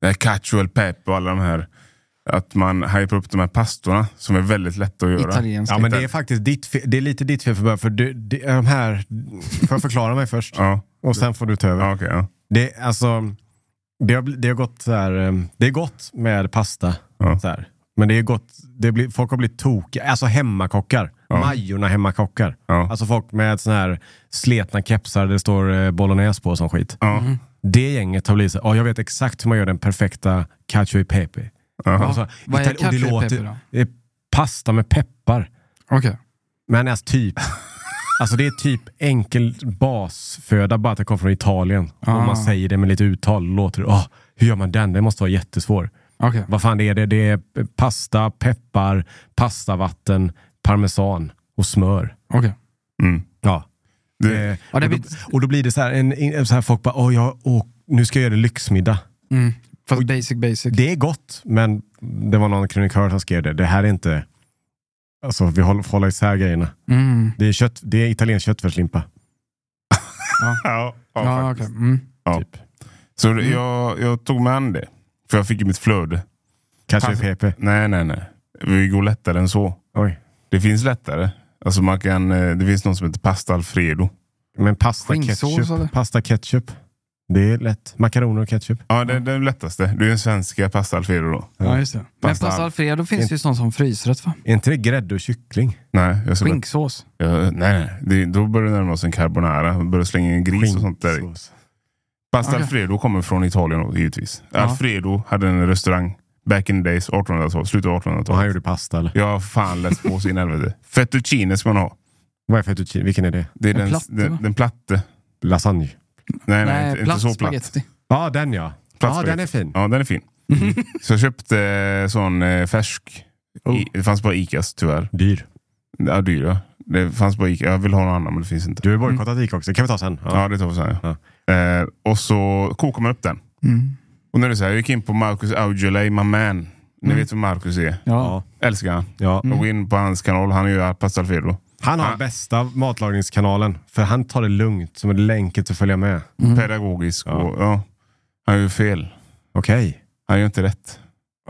Speaker 3: Det här cacio pep och alla de här. Att man hypar upp de här pastorna som är väldigt lätta att göra.
Speaker 2: Italiensk.
Speaker 1: Ja, men det är faktiskt ditt fel. Det är lite ditt fel för början. För du, det, de här... Får jag förklara mig först?
Speaker 3: Ja,
Speaker 1: Och sen får du ta över.
Speaker 3: ja okej. ja.
Speaker 1: Det, alltså, det, har, bl- det har gått så här, eh, det är gott med pasta.
Speaker 3: Ja.
Speaker 1: Så här. Men det är gott, det blir, folk har blivit tokiga. Alltså hemmakockar. Majorna hemmakockar.
Speaker 3: Ja.
Speaker 1: Alltså folk med såna här sletna kepsar där det står eh, bolognese på och sån skit.
Speaker 3: Ja.
Speaker 2: Mm.
Speaker 1: Det gänget har blivit så här, "Ja, jag vet exakt hur man gör den perfekta cacio e pepe.
Speaker 3: Ja.
Speaker 1: Alltså,
Speaker 2: Vad är
Speaker 1: Itali- och det
Speaker 2: cacio e pepe
Speaker 1: låter-
Speaker 2: då?
Speaker 1: Det är pasta med peppar.
Speaker 2: Okej.
Speaker 1: Men alltså typ. Alltså det är typ enkel basföda, bara att det kommer från Italien. Och man säger det med lite uttal, låter det, åh, hur gör man den? Den måste vara jättesvår.
Speaker 2: Okej.
Speaker 1: Vad fan är det? Det är pasta, peppar, pastavatten, parmesan och smör.
Speaker 2: Okej.
Speaker 3: Mm.
Speaker 1: Ja.
Speaker 3: Det-
Speaker 1: Eh,
Speaker 2: Ja, det
Speaker 1: och, då,
Speaker 2: blir-
Speaker 1: och då blir det så här, en, en, så här folk bara, åh, jag, åh, nu ska jag göra lyxmiddag.
Speaker 2: Mm. Fast basic basic.
Speaker 1: Det är gott, men det var någon krönikör som skrev det. Det här är inte... Alltså, vi håller, får hålla isär grejerna.
Speaker 2: Mm.
Speaker 1: Det är, kött, det är italiensk köttfärslimpa.
Speaker 3: Ja, ja,
Speaker 2: Ja,
Speaker 3: faktiskt.
Speaker 2: okej. Mm.
Speaker 3: Ja.
Speaker 1: Typ.
Speaker 3: Så det- jag, jag tog med an det. För jag fick i mitt flöde.
Speaker 1: Kanske
Speaker 3: Pass-
Speaker 1: PP.
Speaker 3: Nej, nej, nej. Vi går lättare än så.
Speaker 1: Oj.
Speaker 3: Det finns lättare. Alltså man kan, eh, det finns något som heter pasta alfredo.
Speaker 1: Men pasta
Speaker 2: Skinksås, eller?
Speaker 1: ketchup. Pasta ketchup. Det är lätt. Makaroner och ketchup.
Speaker 3: Ja, det, det är det lättaste. Du är en svenska pasta alfredo då?
Speaker 2: Ja, just det. Men
Speaker 3: Pasta.
Speaker 2: pasta alfredo finns det ju sån som frysrätt va?
Speaker 1: Är inte det grädde och kyckling?
Speaker 3: Nej, jag ska bara,
Speaker 2: Skinksås.
Speaker 3: jag, nej, nej. Det, då börjar det närma oss en carbonara. Vi börjar slänga in gris och sånt där. i.
Speaker 1: Skinksås.
Speaker 3: Pasta
Speaker 2: Okej.
Speaker 3: alfredo kommer från Italien då, givetvis. Alfredo hade en restaurang back in the days, 1800-talet, slutet av
Speaker 1: Och han
Speaker 3: 1800-talet.
Speaker 1: gjorde pasta eller?
Speaker 3: Jag har fan läst på sin helvete. Fettuccine ska man ha.
Speaker 1: Vad är fettuccine? Vilken är det?
Speaker 3: Det är
Speaker 2: En
Speaker 3: den,
Speaker 2: platte,
Speaker 3: den,
Speaker 2: va?
Speaker 3: den platte.
Speaker 1: Lasagne?
Speaker 3: Nej, nej, inte,
Speaker 2: platt
Speaker 3: inte så platt.
Speaker 2: spaghetti.
Speaker 1: Ja, den ja.
Speaker 3: Platt
Speaker 1: ja, den är fin.
Speaker 3: Ja, den är fin. Så jag köpte eh, sån eh, färsk.
Speaker 1: Oh.
Speaker 3: I, det fanns bara Icas tyvärr.
Speaker 1: Dyr.
Speaker 3: Ja, dyra. Det fanns bara Ica. Jag vill ha någon annan men det finns inte.
Speaker 1: Du har ju bojkottat Ica också. Det kan vi ta sen. Mm. Ja.
Speaker 3: Ja, det tar vi sen. Ja. Eh, och så kokar man upp den.
Speaker 2: Mm.
Speaker 3: Och när du säger, jag gick in på Marcus Aujalay, my man. Ni vet vem Marcus är.
Speaker 2: Ja.
Speaker 1: Ja. Mm.
Speaker 3: Älskar han.
Speaker 1: Ja.
Speaker 3: Jag går in på hans kanal. Han gör pasta alfredo.
Speaker 1: Han har
Speaker 3: Ja.
Speaker 1: bästa matlagningskanalen. För han tar det lugnt. Som är enkelt att följa med.
Speaker 3: Pedagogisk. Och, ja. Han gör fel.
Speaker 1: Okej.
Speaker 3: Han gör inte rätt.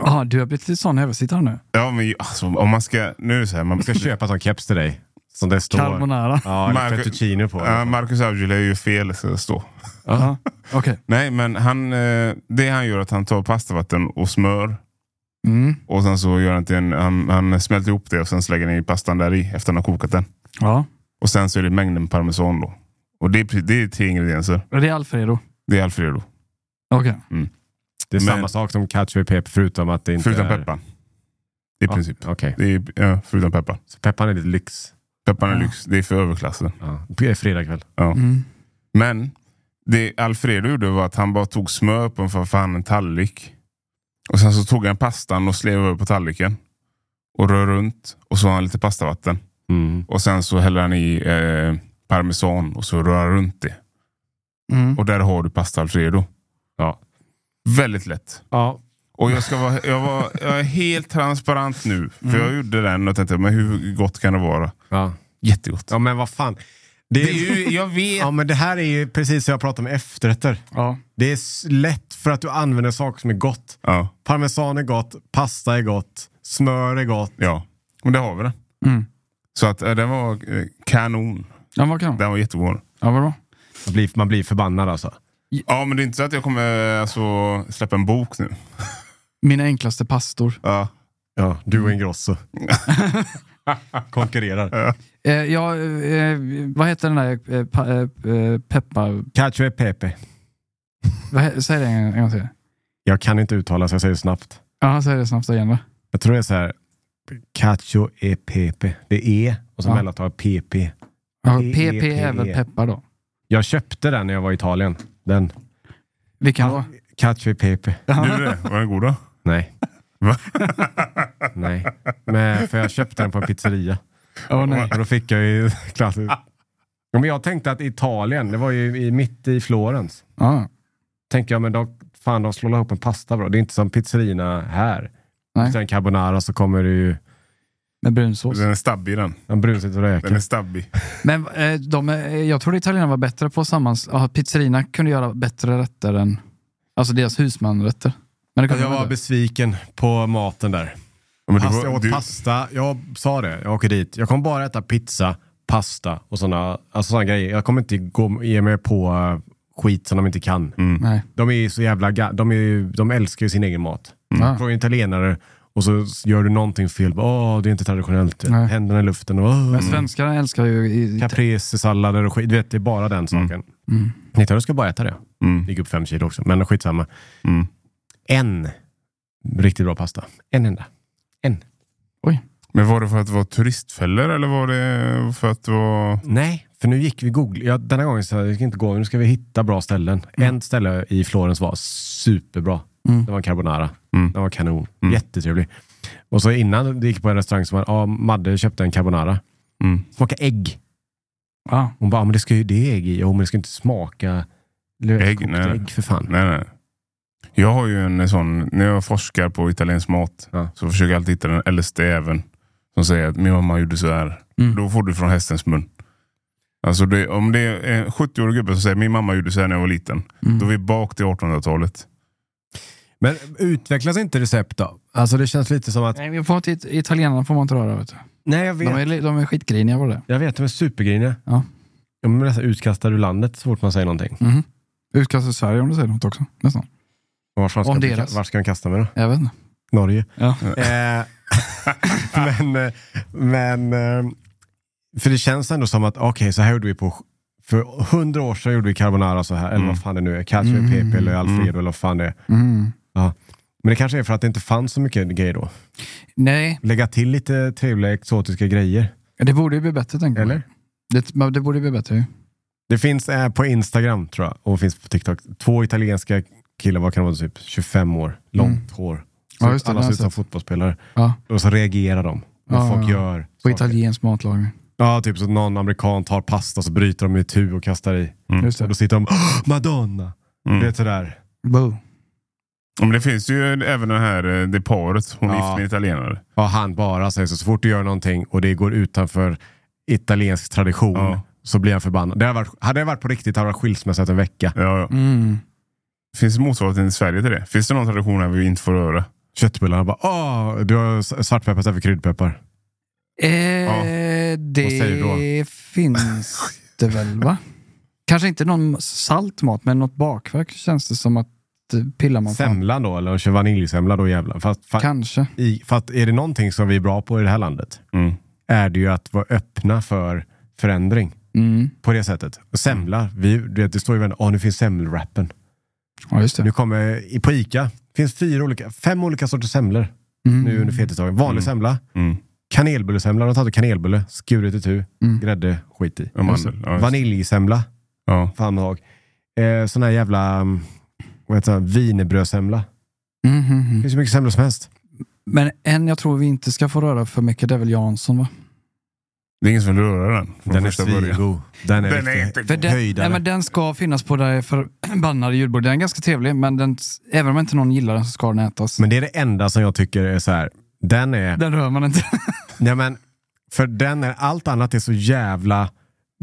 Speaker 2: Ah, du har blivit lite sån översittare nu.
Speaker 3: Ja, men ju- alltså, om man ska... Nu är det så här. Man
Speaker 1: Jag ska köpa en sån keps till dig. Som det står.
Speaker 2: Carbonara.
Speaker 1: Ja, eller
Speaker 3: Marcus-
Speaker 1: fettuccine på. liksom.
Speaker 3: Ja, Marcus Aujalay gör fel. Så det står.
Speaker 2: Ja. Okej.
Speaker 3: Nej, men han, eh, det han gör är att han tar pastavatten och smör
Speaker 2: Mm.
Speaker 3: och sen så gör han, till en, han, han smälter ihop det och sen så lägger han i pastan där i efter han har kokat den.
Speaker 2: Ja.
Speaker 3: Och sen så är det mängden parmesan då. Och det är, pre- det är tre ingredienser.
Speaker 2: Och Det är alfredo.
Speaker 3: Det är alfredo.
Speaker 2: Okej.
Speaker 1: det är
Speaker 3: men-
Speaker 1: samma sak som cacio e pepe förutom att det inte
Speaker 3: Förutom
Speaker 1: är...
Speaker 3: pepparn. I princip.
Speaker 1: Ja, Okej.
Speaker 3: Det är, ja, förutom pepparn.
Speaker 1: Så pepparn är lite lyx.
Speaker 3: Pepparn är
Speaker 2: Ja.
Speaker 3: lyx. Det är för överklassen.
Speaker 1: Ja. Det är fredag kväll.
Speaker 3: Ja.
Speaker 2: Mm.
Speaker 3: Men det Alfredo gjorde var att han bara tog smör på en för fan en tallrik. Och sen så tog han pastan och slev över på tallriken. Och rör runt. Och så har han lite pastavatten.
Speaker 1: Mm.
Speaker 3: Och sen så häller han i eh, parmesan och så rör han runt det.
Speaker 2: Mm.
Speaker 3: Och där har du pasta alfredo.
Speaker 1: Ja.
Speaker 3: Väldigt lätt.
Speaker 1: Ja.
Speaker 3: Och jag, ska vara, jag, var, jag är helt transparent nu. För jag gjorde den och tänkte, men hur gott kan det vara?
Speaker 1: ja.
Speaker 3: Jättegott.
Speaker 1: Ja, men vad fan. Det
Speaker 3: Det är ju, jag vet.
Speaker 1: Ja, men det här är ju precis som jag pratade om efterrätter.
Speaker 2: Ja.
Speaker 1: Det är s- lätt för att du använder saker som är gott.
Speaker 3: Ja,
Speaker 1: Parmesan är gott, pasta är gott, smör är gott.
Speaker 3: ja. Men det har vi den.
Speaker 2: Mm.
Speaker 3: Så att, eh, den var eh, kanon.
Speaker 2: Ja, vad kan
Speaker 3: Den var jättegod.
Speaker 2: Ja, vad bra.
Speaker 1: Man blir, man blir förbannad alltså.
Speaker 3: Ja, men det är inte så att jag kommer eh, alltså, släppa en
Speaker 1: <laughs>
Speaker 3: bok nu.
Speaker 2: Mina enklaste pastor.
Speaker 3: Ja.
Speaker 1: Ja, du och <laughs> Ingrosso. Konkurrerar.
Speaker 2: Eh, ja, eh, vad heter den där eh, pa, eh, eh, peppar...
Speaker 1: Cacio e pepe.
Speaker 2: Vad he, säg det en, en gång till.
Speaker 1: Jag kan inte uttala så jag säger det snabbt.
Speaker 2: Ja, säg det snabbt igen då.
Speaker 1: Jag tror det är så här. Cacio e pepe. Det är E och så
Speaker 2: Ja.
Speaker 1: mellantar PP.
Speaker 2: Ja,
Speaker 1: P-
Speaker 2: PP
Speaker 1: P-
Speaker 2: är väl peppar då?
Speaker 1: Jag köpte den när jag var i Italien. Den.
Speaker 2: Vilken då?
Speaker 1: Cacio e pepe.
Speaker 3: Du det? Var den god då?
Speaker 1: Nej.
Speaker 2: <laughs>
Speaker 3: Va?
Speaker 1: Nej. Men, för jag köpte den på en pizzeria.
Speaker 2: Åh nej.
Speaker 1: Och då fick jag ju <laughs> klart. Ja, men jag tänkte att Italien, det var ju i, mitt i Florens.
Speaker 2: Ja.
Speaker 1: Tänker jag, men de, fan de slår ihop en pasta bra. Det är inte som pizzerierna här.
Speaker 2: Nej.
Speaker 1: Sen carbonara så kommer det ju
Speaker 2: Med brunsås.
Speaker 3: Den är stabbig den.
Speaker 1: en brunsigt och
Speaker 3: Den är
Speaker 1: röker.
Speaker 3: stabbig.
Speaker 2: Men eh, de, är- eh, jag trodde italienarna var bättre på sammans... Ja, pizzerierna kunde göra bättre rätter än... Alltså deras husmanrätter. Men det kunde
Speaker 1: Jag
Speaker 2: de
Speaker 1: var
Speaker 2: inte.
Speaker 1: besviken på maten där.
Speaker 3: Men du,
Speaker 1: Pasta, jag
Speaker 3: får-
Speaker 1: åt
Speaker 3: du,
Speaker 1: pasta, jag sa det, jag åker dit. Jag kommer bara äta pizza, pasta och sådana alltså såna grejer. Jag kommer inte gå, ge mig på eh, skit som de inte kan.
Speaker 3: Mm.
Speaker 2: Nej.
Speaker 1: De är ju så jävla... ga- De, är ju, de älskar ju sin egen mat.
Speaker 3: Mm.
Speaker 2: Ja.
Speaker 1: Fråga italienare och så gör du någonting fel. Bara, Åh, det är inte traditionellt.
Speaker 2: Nej. Mm.
Speaker 1: Händerna i luften. Och, Åh,
Speaker 2: Men svenskar älskar ju... I,
Speaker 1: caprese-sallader och skit. Du vet, det är bara den saken.
Speaker 2: Mm.
Speaker 1: Italienare ska bara äta det.
Speaker 3: Mm.
Speaker 1: Gick upp fem kilo också, men skitsamma.
Speaker 3: Mm.
Speaker 1: En riktigt bra pasta. En enda. En.
Speaker 3: men var det för att det var turistfällor eller var det för att det var...
Speaker 1: Nej, för nu gick vi Google. Ja, denna gången sa jag, det ska inte gå, nu ska vi hitta bra ställen. En ställe i Florens var superbra.
Speaker 2: Mm.
Speaker 1: Det var en carbonara.
Speaker 3: Mm.
Speaker 1: Den var kanon. Jättetrevlig. Och så innan det gick på en restaurang som var, ja, Madde köpte en carbonara.
Speaker 3: Mm.
Speaker 1: Smaka ägg.
Speaker 2: ja.
Speaker 1: Hon bara, ja, men det ska ju det är ägg i. Jo, men det ska inte smaka
Speaker 3: Ägg?
Speaker 1: löskokt
Speaker 3: Nej.
Speaker 1: ägg för fan.
Speaker 3: Nej, nej. Jag har ju en sån, när jag forskar på italiensk mat
Speaker 1: Ja.
Speaker 3: så försöker jag alltid hitta den äldste även som säger att min mamma gjorde så här.
Speaker 2: Mm.
Speaker 3: Då får du från hästens mun. Alltså det, om det är en 70-årig gubbe som säger min mamma gjorde så här när jag var liten.
Speaker 1: Mm.
Speaker 2: Mm.
Speaker 3: Då är vi bak till 1800-talet.
Speaker 1: Men utvecklas inte recept då? Alltså det känns lite som att,
Speaker 2: Nej, vi får inte, italienarna får man inte röra. Vet du.
Speaker 1: nej jag
Speaker 2: De,
Speaker 1: vet.
Speaker 2: är, li- de är skitgriniga på det.
Speaker 1: Jag vet, de är supergriniga.
Speaker 2: Ja. Mm.
Speaker 1: De är nästan utkastade ur landet så fort man säger någonting.
Speaker 2: Utkast i Sverige om du säger något också. Nästan.
Speaker 1: Och Var fan ska,
Speaker 2: Om
Speaker 1: vi-
Speaker 2: deras.
Speaker 1: var ska de kasta mig då?
Speaker 2: Jag vet inte.
Speaker 1: Norge.
Speaker 2: Ja.
Speaker 1: Eh, <laughs> men, eh, men eh, för det känns ändå som att okej, så här gjorde vi på för hundra år sedan gjorde vi carbonara så här, eller vad fan det nu är, cacio e pepe eller alfredo eller vad fan det är.
Speaker 2: Mm.
Speaker 1: Ja. Men det kanske är för att det inte fanns så mycket grejer då.
Speaker 2: Nej,
Speaker 1: Lägga till lite trevliga exotiska grejer.
Speaker 2: det borde ju bli bättre tänker jag.
Speaker 1: Eller?
Speaker 2: Det, men det borde ju bli bättre. ju.
Speaker 1: Det finns eh, på Instagram tror jag och finns på TikTok. Två italienska killar, vad kan de vara, typ 25 år, långt hår. Så
Speaker 2: Mm. Ja, just det,
Speaker 1: alla
Speaker 2: det har
Speaker 1: ser
Speaker 2: jag
Speaker 1: ut som
Speaker 2: sett.
Speaker 1: fotbollsspelare.
Speaker 2: Ja.
Speaker 1: Och så reagerar de. När
Speaker 2: Ja,
Speaker 1: folk
Speaker 2: ja.
Speaker 1: gör
Speaker 2: På
Speaker 1: saker.
Speaker 2: italiensk matlagning.
Speaker 1: Ja, typ så att någon amerikan tar pasta så bryter de i tu och kastar i.
Speaker 2: Mm. Just
Speaker 1: Och
Speaker 2: det.
Speaker 1: då sitter de "Åh, Madonna.
Speaker 3: Mm.
Speaker 1: Du vet sådär.
Speaker 2: Bo.
Speaker 3: Men det finns ju även den här, eh, det paret, hon är
Speaker 1: Ja.
Speaker 3: gift med italienare.
Speaker 1: Ja, han bara säger så. Så fort du gör någonting och det går utanför italiensk tradition
Speaker 3: Ja.
Speaker 1: så blir han förbannad. Det hade, varit, hade det varit på riktigt hade det varit skilsmässa efter en vecka.
Speaker 3: Ja, ja.
Speaker 2: Mm.
Speaker 3: Finns det motsvarigheten i Sverige till det? Finns det någon tradition här vi inte får röra?
Speaker 1: Köttbullarna bara åh, du har s- svartpeppar istället för kryddpeppar.
Speaker 2: Eh,
Speaker 1: säger du <laughs>
Speaker 2: det finns det väl va? Kanske inte någon salt mat, men något bakverk känns det som att eh, pillar man på.
Speaker 1: Semlan då, eller kör vaniljsemla då jävlar. Fast, fa-
Speaker 2: Kanske.
Speaker 1: i, fast är det någonting som vi är bra på i det här landet
Speaker 3: Mm.
Speaker 1: är det ju att vara öppna för förändring.
Speaker 2: Mm.
Speaker 1: På det sättet. Och
Speaker 3: Mm.
Speaker 1: semla, vi, du vet, det står ju vänner, åh nu finns semmelwrappen.
Speaker 2: Ja, just det.
Speaker 1: Nu kommer, i- på Ica finns fyra olika, fem olika sorters semlor
Speaker 2: Mm.
Speaker 1: nu under fettisdagen. Vanlig semla,
Speaker 3: Mm.
Speaker 1: kanelbullesemla, de har tagit kanelbulle, skurit itu,
Speaker 2: Mm.
Speaker 1: grädde, skit i.
Speaker 3: Ja, mandel. Ja, just-
Speaker 1: Vaniljsemla,
Speaker 3: Ja.
Speaker 1: fan ihåg. Eh, sån här jävla, mm, vad heter det, wienerbrödsemla.
Speaker 2: Mm, mm,
Speaker 1: Det
Speaker 2: mm.
Speaker 1: finns hur mycket semlor som helst.
Speaker 2: Men en jag tror vi inte ska få röra för mycket, det är väl Jansson va?
Speaker 3: Det är ingen som vill röra den. Från första början.
Speaker 1: Den är,
Speaker 3: Den är
Speaker 1: riktig
Speaker 3: inte god.
Speaker 2: För den,
Speaker 1: höjdare.
Speaker 2: nej, men den ska finnas på det <clears throat> förbannade julbordet. Den är ganska trevlig, men den, även om inte någon gillar den så ska den ätas.
Speaker 1: Men det är det enda som jag tycker är så här. Den är...
Speaker 2: den rör man inte. <laughs>
Speaker 1: Nej, men, för den är... Allt annat är så jävla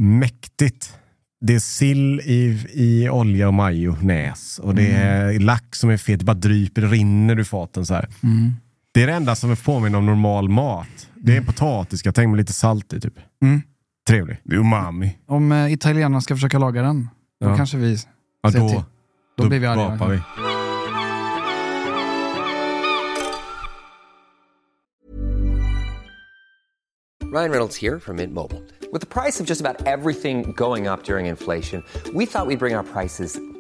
Speaker 1: mäktigt. Det är sill i, i olja och majonnäs. Och det
Speaker 3: Mm.
Speaker 2: Mm.
Speaker 1: är lax som är fet. Det bara dryper, det rinner ur faten så här.
Speaker 2: Mm.
Speaker 1: Det är det enda som är påminner om normal mat. Det är en potatisgratäng med lite salt i typ.
Speaker 2: Mm.
Speaker 1: Trevlig.
Speaker 3: Det är umami.
Speaker 2: Om eh, italienarna ska försöka laga den, då
Speaker 1: Ja.
Speaker 2: kanske vi...
Speaker 1: Ja,
Speaker 2: Säg till.
Speaker 1: då,
Speaker 2: Då, blir vi arga.
Speaker 1: gapar vi.
Speaker 5: Ryan Reynolds here from Mint Mobile. With the price of just about everything going up during inflation, we thought we'd bring our prices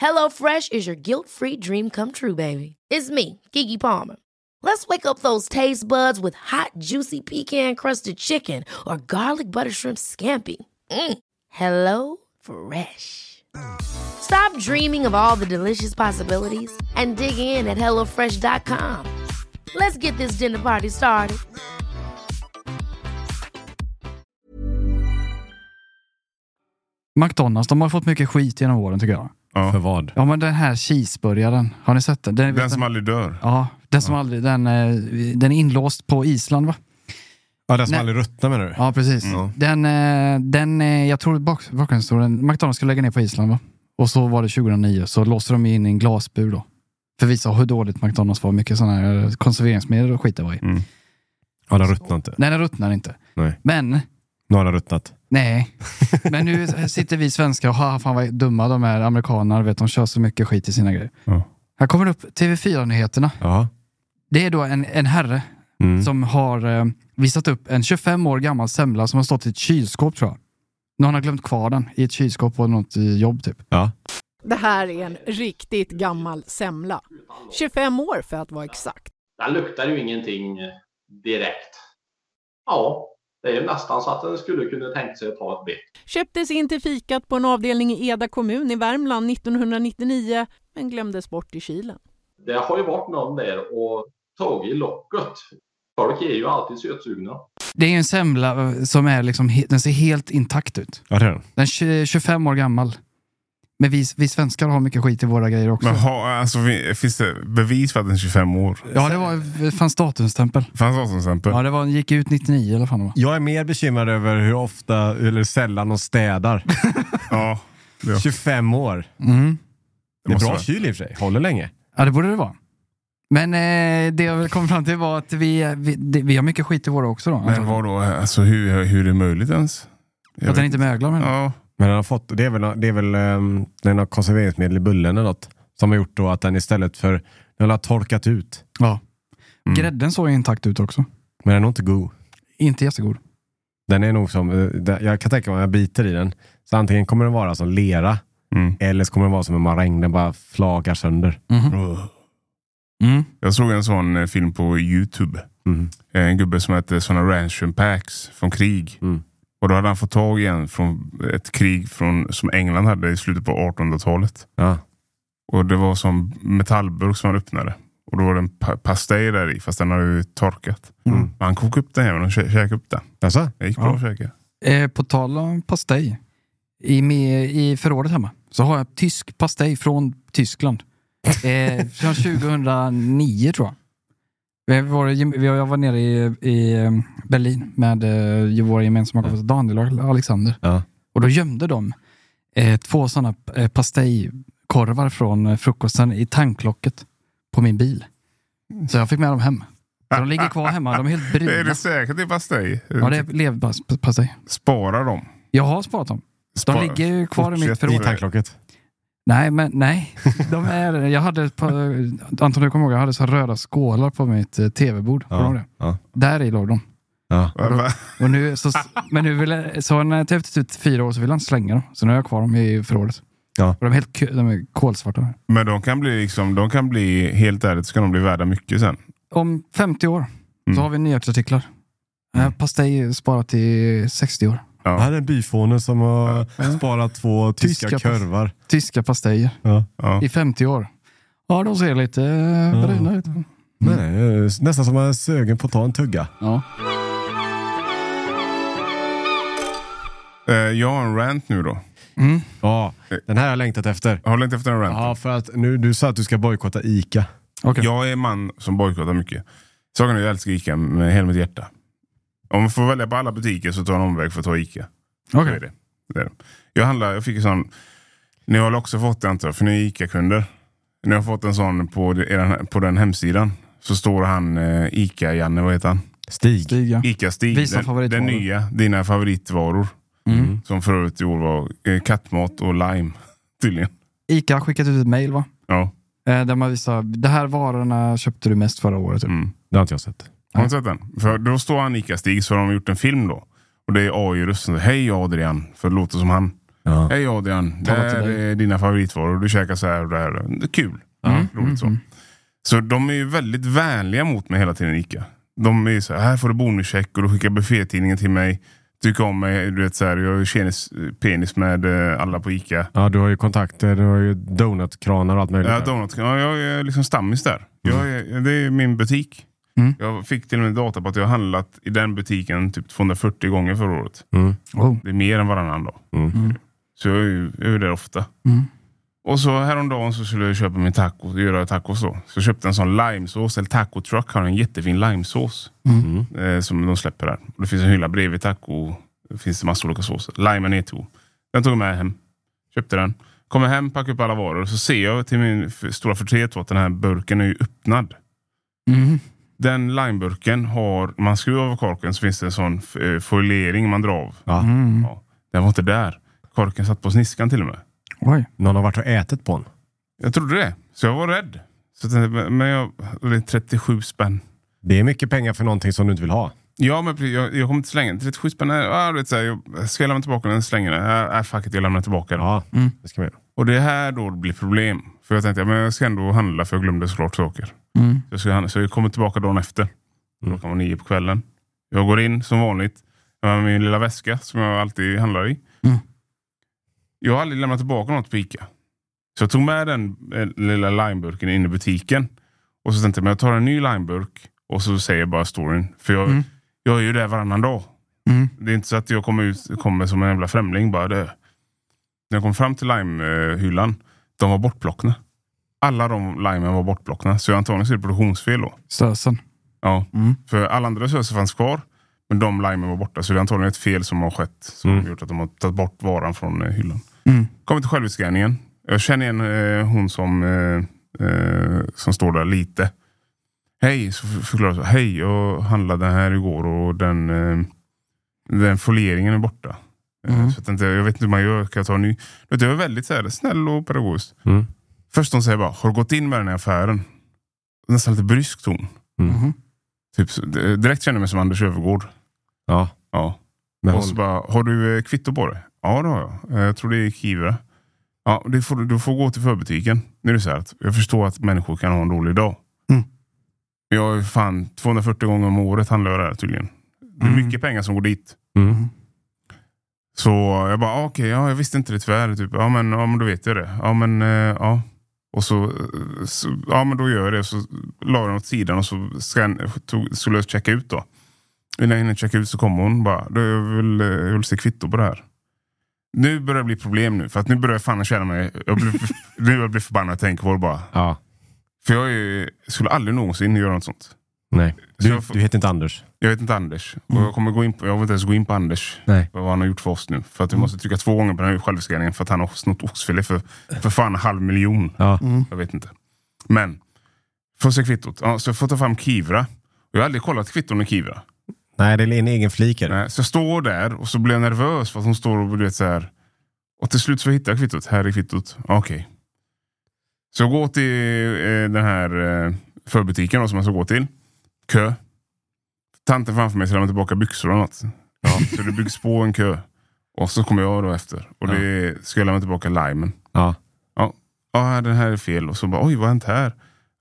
Speaker 4: HelloFresh is your guilt-free dream come true, baby. It's me, Gigi Palmer. Let's wake up those taste buds with hot, juicy pecan-crusted chicken or garlic butter shrimp scampi. Mm. Hello Fresh. Stop dreaming of all the delicious possibilities and dig in at HelloFresh.com. Let's get this dinner party started.
Speaker 2: McDonalds, de har fått mycket skit genom åren tycker jag.
Speaker 1: För vad?
Speaker 2: Ja men den här cheeseburgaren, har ni sett den? Den,
Speaker 3: Den som aldrig dör.
Speaker 2: Ja, den som aldrig... Den, eh, den är inlåst på Island va?
Speaker 1: Ja, den som
Speaker 2: Nej.
Speaker 1: aldrig ruttnar menar du?
Speaker 2: Ja, precis. Den, eh, den, eh, jag tror bak- bakgrundshistorien, McDonalds skulle lägga ner på Island va? Och så var det 2009, så låste de in i en glasbur då. För att visa hur dåligt McDonalds var, mycket sådana här konserveringsmedel och skit det var i.
Speaker 1: Ja, den ruttnar inte.
Speaker 2: Nej, den ruttnar inte.
Speaker 1: Nej.
Speaker 2: Men,
Speaker 1: Nu har den ruttnat.
Speaker 2: nej. Men nu sitter vi svenskar och ha, fan vad dumma de här amerikanerna, vet, de kör så mycket skit i sina grejer.
Speaker 3: Ja.
Speaker 2: Här kommer det upp TV4-nyheterna.
Speaker 1: Ja.
Speaker 2: Det är då en, en herre
Speaker 1: Mm.
Speaker 2: som har eh, visat upp en 25 år gammal semla som har stått i ett kylskåp tror jag. Någon har glömt kvar den i ett kylskåp på något eh, jobb typ.
Speaker 1: ja.
Speaker 6: Det här är en riktigt gammal semla. 25 år för att vara exakt.
Speaker 7: Den luktar ju ingenting eh, direkt. Ja, det är ju nästan så att den skulle kunna tänkt sig att ta ett bett.
Speaker 6: Köptes in till fikat på en avdelning i Eda kommun i Värmland 1999 men glömdes bort i kylen.
Speaker 7: Det har ju varit någon där och tagit locket. Folk är ju alltid sötsugna.
Speaker 2: Det är ju en semla eh, som är liksom, he- den ser helt intakt ut.
Speaker 1: ja det är den.
Speaker 2: Den är tj- 25 år gammal. Men vi, vi svenskar har mycket skit i våra grejer också.
Speaker 3: Men ha, alltså, vi- finns det bevis för att den är 25 år?
Speaker 2: Ja, det var, det fanns datumstämpel.
Speaker 3: Fanns det som exempel?
Speaker 2: Ja, det var, den gick ut 99 eller fan det var.
Speaker 1: Jag är mer bekymrad över hur ofta eller sällan de städar.
Speaker 3: Ja, <laughs> Ja.
Speaker 1: 25 år.
Speaker 2: Mm.
Speaker 1: Det är
Speaker 3: måste
Speaker 1: bra
Speaker 3: vara.
Speaker 1: kyl i och för sig. Håller länge.
Speaker 2: Ja, det borde det vara. Men eh, det jag kom fram till var att vi, vi, det, vi har mycket skit i våra också då.
Speaker 3: Men vad då? Alltså, hur, hur är det möjligt ens? Jag
Speaker 2: att den
Speaker 3: vet-
Speaker 2: inte möglar med
Speaker 3: Ja.
Speaker 1: Men den har fått, det är väl, det är väl um, den har konserveringsmedel i bullen eller något som har gjort då att den istället för, den har torkat ut.
Speaker 2: ja.
Speaker 3: Mm.
Speaker 2: Grädden såg ju intakt ut också.
Speaker 1: Men den är nog inte god.
Speaker 2: Inte jättegod.
Speaker 1: Den är nog som, eh, den- jag kan tänka mig om jag biter i den, så antingen kommer den vara som lera
Speaker 3: Mm.
Speaker 1: eller så kommer den vara som en maräng, den bara flakar sönder.
Speaker 2: Mm.
Speaker 3: Jag såg en sån eh, film på Youtube.
Speaker 1: Mm.
Speaker 3: En gubbe som hette såna Ransom Packs från krig.
Speaker 1: Mm.
Speaker 3: Och då hade han fått tag i en från ett krig från, som England hade i slutet på 1800-talet.
Speaker 1: Ja.
Speaker 3: Och det var som metallburk som han öppnade. Och då var det en pa- pastej där i, fast den hade ju torkat.
Speaker 2: Mm.
Speaker 3: Men han kokade upp den även och kä- käkade upp den.
Speaker 1: Alltså?
Speaker 3: Det gick bra
Speaker 2: Ja.
Speaker 3: att käka.
Speaker 2: Eh, på tal om pastej. I, med, I förrådet hemma så har jag tysk pastej från Tyskland. Eh, från 2009 tror jag. Vi var, jag var nere i, i eh, Berlin med eh, vår gemensamma kompis Daniel och Alexander.
Speaker 1: Ja.
Speaker 2: Och då gömde de eh, två sådana eh, pastejkorvar från eh, frukosten i tanklocket på min bil. Så jag fick med dem hem. Så de ligger kvar hemma, de är helt bruna.
Speaker 3: Är <laughs> det säkert det är pastej? Typ,
Speaker 2: Ja, det är leverpastej.
Speaker 3: Spara dem.
Speaker 2: Jag har sparat dem. De
Speaker 3: Spara-
Speaker 2: ligger ju kvar i mitt
Speaker 3: Fortsätt
Speaker 1: I
Speaker 2: förråd.
Speaker 1: tanklocket.
Speaker 2: Nej, men nej. De är, jag hade, ett par- Anton du kommer ihåg, jag hade så här röda skålar på mitt eh, tv-bord. Kommer du ihåg det?
Speaker 1: Ja.
Speaker 2: Där i låg de.
Speaker 1: Ja.
Speaker 3: Va- va?
Speaker 2: Och nu, så, men nu vill jag, så när tv ut typ fyra år så vill han slänga dem. Så nu har jag kvar dem i förrådet.
Speaker 1: Ja.
Speaker 2: Och de är helt kö- de är kolsvarta.
Speaker 3: Men de kan bli liksom, de kan bli, helt ärligt, ska de bli värda mycket sen.
Speaker 2: Om 50 år så
Speaker 3: Mm.
Speaker 2: har vi nyhetsartiklar. Mm. Pastej sparat i 60 år.
Speaker 1: Det här är en byfåne som har sparat två tyska,
Speaker 2: Tyska pass-
Speaker 1: kurvar.
Speaker 2: Tyska pastejer
Speaker 1: Ja.
Speaker 3: Ja.
Speaker 2: i 50 år. Ja, de ser lite eh, bruna ut.
Speaker 1: Nej, jag är eh, nästan som man är sugen på att ta en tugga.
Speaker 2: Ja.
Speaker 3: Eh, Jag har en rant nu då.
Speaker 2: Mm.
Speaker 1: Ja, den här har jag längtat efter.
Speaker 3: Har du inte haft en rant?
Speaker 1: Ja, för att nu, du sa att du ska bojkotta ICA.
Speaker 2: Okej.
Speaker 3: Jag är en man som bojkottar mycket. Saken är jag älskar Ica med hela mitt hjärta. Om man får välja på alla butiker så tar jag en omväg för att ta Ica. Så
Speaker 2: Okej.
Speaker 3: är det. Det är det. Jag handlar, jag fick en sån, ni har väl också fått det antar jag, för ni är Ica-kunder. Ni har fått en sån på, de- eran- på den hemsidan. Så står han eh, Ica-Janne, vad heter han?
Speaker 1: Stig.
Speaker 2: Stig, ja.
Speaker 3: Ica-Stig.
Speaker 2: Visa
Speaker 3: Den,
Speaker 2: favoritvaror.
Speaker 3: den nya, dina favoritvaror.
Speaker 2: Mm.
Speaker 3: Som för övrigt i år var eh, kattmat och lime. <laughs> Tydligen.
Speaker 2: Ica har skickat ut ett mejl va?
Speaker 3: Ja.
Speaker 2: Eh, Där man visar, de här varorna köpte du mest förra året. Typ.
Speaker 3: Mm.
Speaker 1: Det har inte jag sett.
Speaker 3: Har du inte sett den? För då står han Ica-Stig så har de gjort en film då. Och det är AI-rösten. Hej Adrian, för det låter som han.
Speaker 1: Ja.
Speaker 3: Hej Adrian, det
Speaker 2: Tala
Speaker 3: här
Speaker 2: till dig.
Speaker 3: är dina favoritvaror. Du käkar så här och det här. Det är kul. Mm. Roligt så. Så de är ju väldigt vänliga mot mig hela tiden Ica. De är ju så här, här får du bonuscheck och du skickar buffétidningen till mig. Tycker om mig, du vet så här, jag har ju tjenis- penis med eh, alla på Ica.
Speaker 1: Ja, du har ju kontakter, du har ju donutkranar och allt möjligt.
Speaker 3: Ja,
Speaker 1: där.
Speaker 3: donut, ja, jag är liksom stammis där. Jag är, det är min butik.
Speaker 2: Mm.
Speaker 3: Jag fick till och med data på att jag har handlat i den butiken typ 240 gånger förra året.
Speaker 2: Oh.
Speaker 3: Det är mer än varannan dag.
Speaker 1: Mm.
Speaker 3: Så jag är, ju, jag är ju där ofta.
Speaker 2: Mm.
Speaker 3: Och så häromdagen så skulle jag köpa min taco, göra tacos då. Så jag köpte en sån limesås, eller taco truck har en jättefin limesås.
Speaker 2: Mm.
Speaker 3: Eh, som de släpper där. Och det finns en hylla bredvid taco. Det finns en massa olika såser. Lime är nedtog. Den tog jag med hem. Köpte den. Kommer hem, packar upp alla varor. Så ser jag till min f- stora förtret då att den här burken är ju öppnad.
Speaker 2: Mm.
Speaker 3: Den limeburken har, om man skruvar av korken så finns det en sån f- eh, foliering man drar av.
Speaker 1: Ja.
Speaker 2: Mm.
Speaker 3: Ja, den var inte där. Korken satt på sniskan till och med.
Speaker 2: Oj.
Speaker 1: Någon har varit och ätit på den.
Speaker 3: Jag trodde det, så jag var rädd. Så jag tänkte, men jag, det är 37 spänn.
Speaker 1: Det är mycket pengar för någonting som du inte vill ha.
Speaker 3: Ja, men precis, jag, jag kommer inte slänga den. 37 spänn, är- ah, du vet, så här, jag, ska jag lämna tillbaka den? Slänger den? Ah, ah, fuck it, jag lämnar tillbaka den.
Speaker 1: Ja, det ska man göra.
Speaker 3: Och det här då blir problem. För jag tänkte, ja, men jag ska ändå handla för jag glömde såklart saker.
Speaker 2: Mm.
Speaker 3: Så jag, ska handla, så jag kommer tillbaka dagen efter. Klockan var nio på kvällen. Jag går in som vanligt. Jag har min lilla väska som jag alltid handlar i.
Speaker 2: Mm.
Speaker 3: Jag har aldrig lämnat tillbaka något på Ica. Så jag tog med den eh, lilla limeburken in i butiken. Och så tänkte jag, men jag tar en ny limeburk och så säger jag bara storyn. För jag,
Speaker 2: Mm.
Speaker 3: jag är ju där varannan dag.
Speaker 2: Mm.
Speaker 3: Det är inte så att jag kommer, ut, kommer som en jävla främling bara. Det, när jag kom fram till limehyllan, de var bortplockna. Alla de limen var bortplockna. Så antagligen så är det produktionsfel då.
Speaker 2: Sösen.
Speaker 3: Ja.
Speaker 2: Mm.
Speaker 3: För alla andra söser fanns kvar, men de limen var borta. Så det är antagligen ett fel som har skett som
Speaker 1: Mm.
Speaker 3: har gjort att de har tagit bort varan från eh, hyllan.
Speaker 2: Mm.
Speaker 3: Kommer till självskanningen. Jag känner igen eh, hon som, eh, eh, som står där lite. Hej, så f- förklarar jag. så. Hej, jag handlade den här igår och den, eh, den folieringen är borta. Eh,
Speaker 2: Mm.
Speaker 3: Så att inte, jag vet inte hur man gör. Kan jag ta en ny? Du Vet, jag är väldigt så här, snäll och pedagogisk.
Speaker 1: Mm.
Speaker 3: Först de säger bara, har du gått in med den här affären? Nästan lite brysk ton.
Speaker 1: Mm.
Speaker 2: Mhm.
Speaker 3: Typ, så- d- direkt känner jag mig som Anders Öfvergård.
Speaker 1: Ja,
Speaker 3: Ja.
Speaker 1: med
Speaker 3: Och så
Speaker 1: håll.
Speaker 3: bara, har du eh, kvitto på det? Ja, det har jag. Eh, Jag tror det är Kivra. Ja, det får, du- du får gå till förbutiken. Nu är det så här att jag förstår att människor kan ha en dålig dag.
Speaker 2: Mm.
Speaker 3: Jag har ju fan 240 gånger om året handlar jag där tydligen. Det är
Speaker 2: Mm.
Speaker 3: mycket pengar som går dit.
Speaker 1: Mm.
Speaker 3: Så jag bara, ah, okej, ja, jag visste inte det tyvärr. Typ, ja, men, ja, men då vet jag det. Ja, men, eh, ja. Och så, eh, så, ja men då gör jag det. Så la jag den åt sidan och så scan, tog, skulle jag checka ut då. Innan jag hinner checka ut så kommer hon bara, du, jag, vill, eh, jag vill se kvitto på det här. Nu börjar det bli problem nu, för att nu börjar jag fan känna mig, jag blir, <laughs> nu börjar jag bli förbannad och tänker på det bara.
Speaker 1: Ja,
Speaker 3: För jag är, ju- skulle aldrig någonsin göra något sånt.
Speaker 1: nej.
Speaker 3: Så
Speaker 1: Du,
Speaker 3: jag får-
Speaker 1: du heter inte Anders.
Speaker 3: Jag vet inte Anders. Och jag, kommer gå in på, jag vill inte ens gå in på Anders.
Speaker 1: Nej.
Speaker 3: Vad han har gjort för oss nu. För att vi måste trycka två gånger på den här självskanningen för att han har snott oxfilé för, för fan en halv miljon.
Speaker 1: Ja.
Speaker 3: Jag vet inte. Men, får se kvittot. Ja, så jag får ta fram Kivra. Jag har aldrig kollat kvitton i Kivra.
Speaker 1: Nej, det är en egen flik är det.
Speaker 3: Nej, så jag står där och så blir jag nervös för att hon står och du vet så här. Och till slut så hittar jag kvittot. Här är kvittot. Ja, Okej. Så jag går till eh, den här eh, förbutiken då, som jag ska gå till. Kö. Tanten framför mig ska lämna tillbaka byxor eller något. Ja, så det byggs på en kö. Och så kommer jag då efter. Och det är- ska jag lämna tillbaka limen.
Speaker 1: Ja.
Speaker 3: Ja, ja den här är fel. Och så bara, oj vad har hänt här?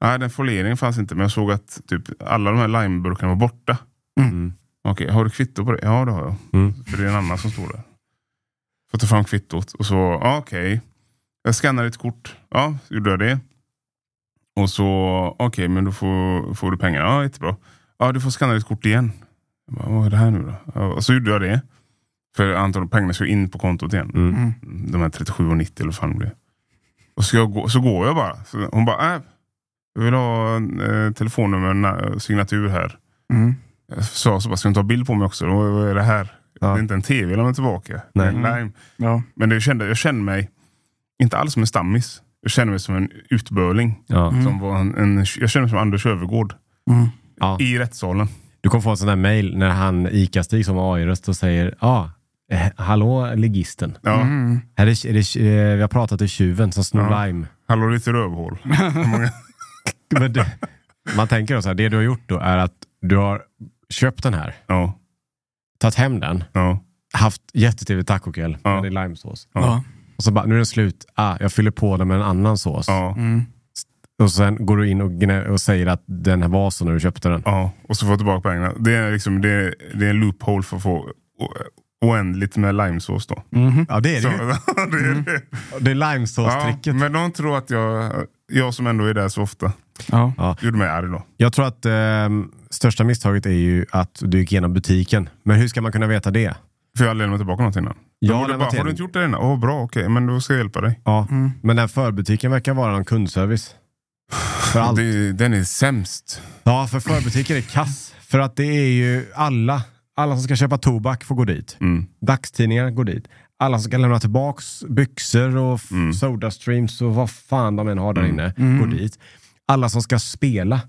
Speaker 3: Nej, den folieringen fanns inte. Men jag såg att typ, alla de här limeburkarna var borta.
Speaker 1: Mm.
Speaker 3: Okej, har du kvitto på det? Ja, det har jag.
Speaker 1: Mm.
Speaker 3: För det är en annan som står där. Får ta fram kvittot och så, ja, okej. Jag skannar ditt kort. Ja, så gjorde jag det. Och så, okej, men då får, får du pengar. Ja, jättebra. Ja, du får skanna ditt kort igen. Jag bara, Vad är det här nu då? Ja, och så gjorde jag det. För antagligen pengarna ska in på kontot igen.
Speaker 1: Mm.
Speaker 2: Mm.
Speaker 3: De här 37,90 eller vad fan det blev. Och så, jag gå, så går jag bara. Så hon bara, äh, jag vill ha eh, telefonnummer, na- signatur här.
Speaker 2: Mm.
Speaker 3: Jag sa så bara, ska du inte ta bild på mig också? Vad vad är det här? Det är inte en tv jag lämnar tillbaka.
Speaker 1: Nej.
Speaker 3: Det är en lime.
Speaker 2: Ja.
Speaker 3: Men det jag, kände, jag kände mig inte alls som en stammis. Jag kände mig som en utbörling.
Speaker 1: Ja.
Speaker 3: Som var en, en, jag kände mig som Anders Övergård
Speaker 2: Mm.
Speaker 1: Ja.
Speaker 3: i rättssalen.
Speaker 1: Du kommer få en sån där mail när han ICA-Stig som AI-röst och säger ja, eh, hallå ligisten.
Speaker 3: Ja.
Speaker 2: Mm.
Speaker 1: Här är, är det, eh, vi har pratat till tjuven som snor
Speaker 3: Ja.
Speaker 1: lime.
Speaker 3: Hallå lite rövhål.
Speaker 1: Men det, man tänker då så här, det du har gjort då är att du har köpt den här,
Speaker 3: ja,
Speaker 1: tagit hem den,
Speaker 3: ja,
Speaker 1: haft jättetrevlig tacokväll
Speaker 3: Ja.
Speaker 1: med din limesås.
Speaker 2: Ja.
Speaker 1: Och så bara, nu är den slut. Ah, jag fyller på den med en annan sås.
Speaker 3: ja,
Speaker 2: Mm.
Speaker 1: Och sen går du in och, gnä- och säger att den här var så när du köpte den.
Speaker 3: ja. Och så får jag tillbaka pengarna. Det är, liksom, det, är- det är en loophole för att få o- oändligt med limesås då.
Speaker 2: Mhm.
Speaker 1: Ja, det är
Speaker 3: Så, <laughs>
Speaker 1: det ju.
Speaker 3: det är det.
Speaker 1: Det är
Speaker 3: Ja,
Speaker 1: limesås-tricket.
Speaker 3: men de tror att jag, jag som ändå är där så ofta,
Speaker 2: Ja.
Speaker 3: gjorde mig arg då.
Speaker 1: Jag tror att ehm, största misstaget är ju att du gick igenom butiken. Men hur ska man kunna veta det?
Speaker 3: För jag hade lämnat tillbaka något innan.
Speaker 1: Jag
Speaker 3: Jag
Speaker 1: har
Speaker 3: borde
Speaker 1: lämnat
Speaker 3: bara, har
Speaker 1: igen.
Speaker 3: du inte gjort det innan? Åh, bra, okej, men då ska jag hjälpa dig.
Speaker 1: Ja, men den förbutiken verkar vara någon kundservice. För allt.
Speaker 3: Det, den är sämst.
Speaker 1: Ja, för förbutiken är kass. För att det är ju alla, alla som ska köpa tobak får gå dit.
Speaker 3: Mm.
Speaker 1: Dagstidningar går dit. Alla som ska lämna tillbaks byxor och f-
Speaker 3: Mm.
Speaker 1: Sodastreams och vad fan de än har där
Speaker 3: Mm.
Speaker 1: inne går dit. Alla som ska spela.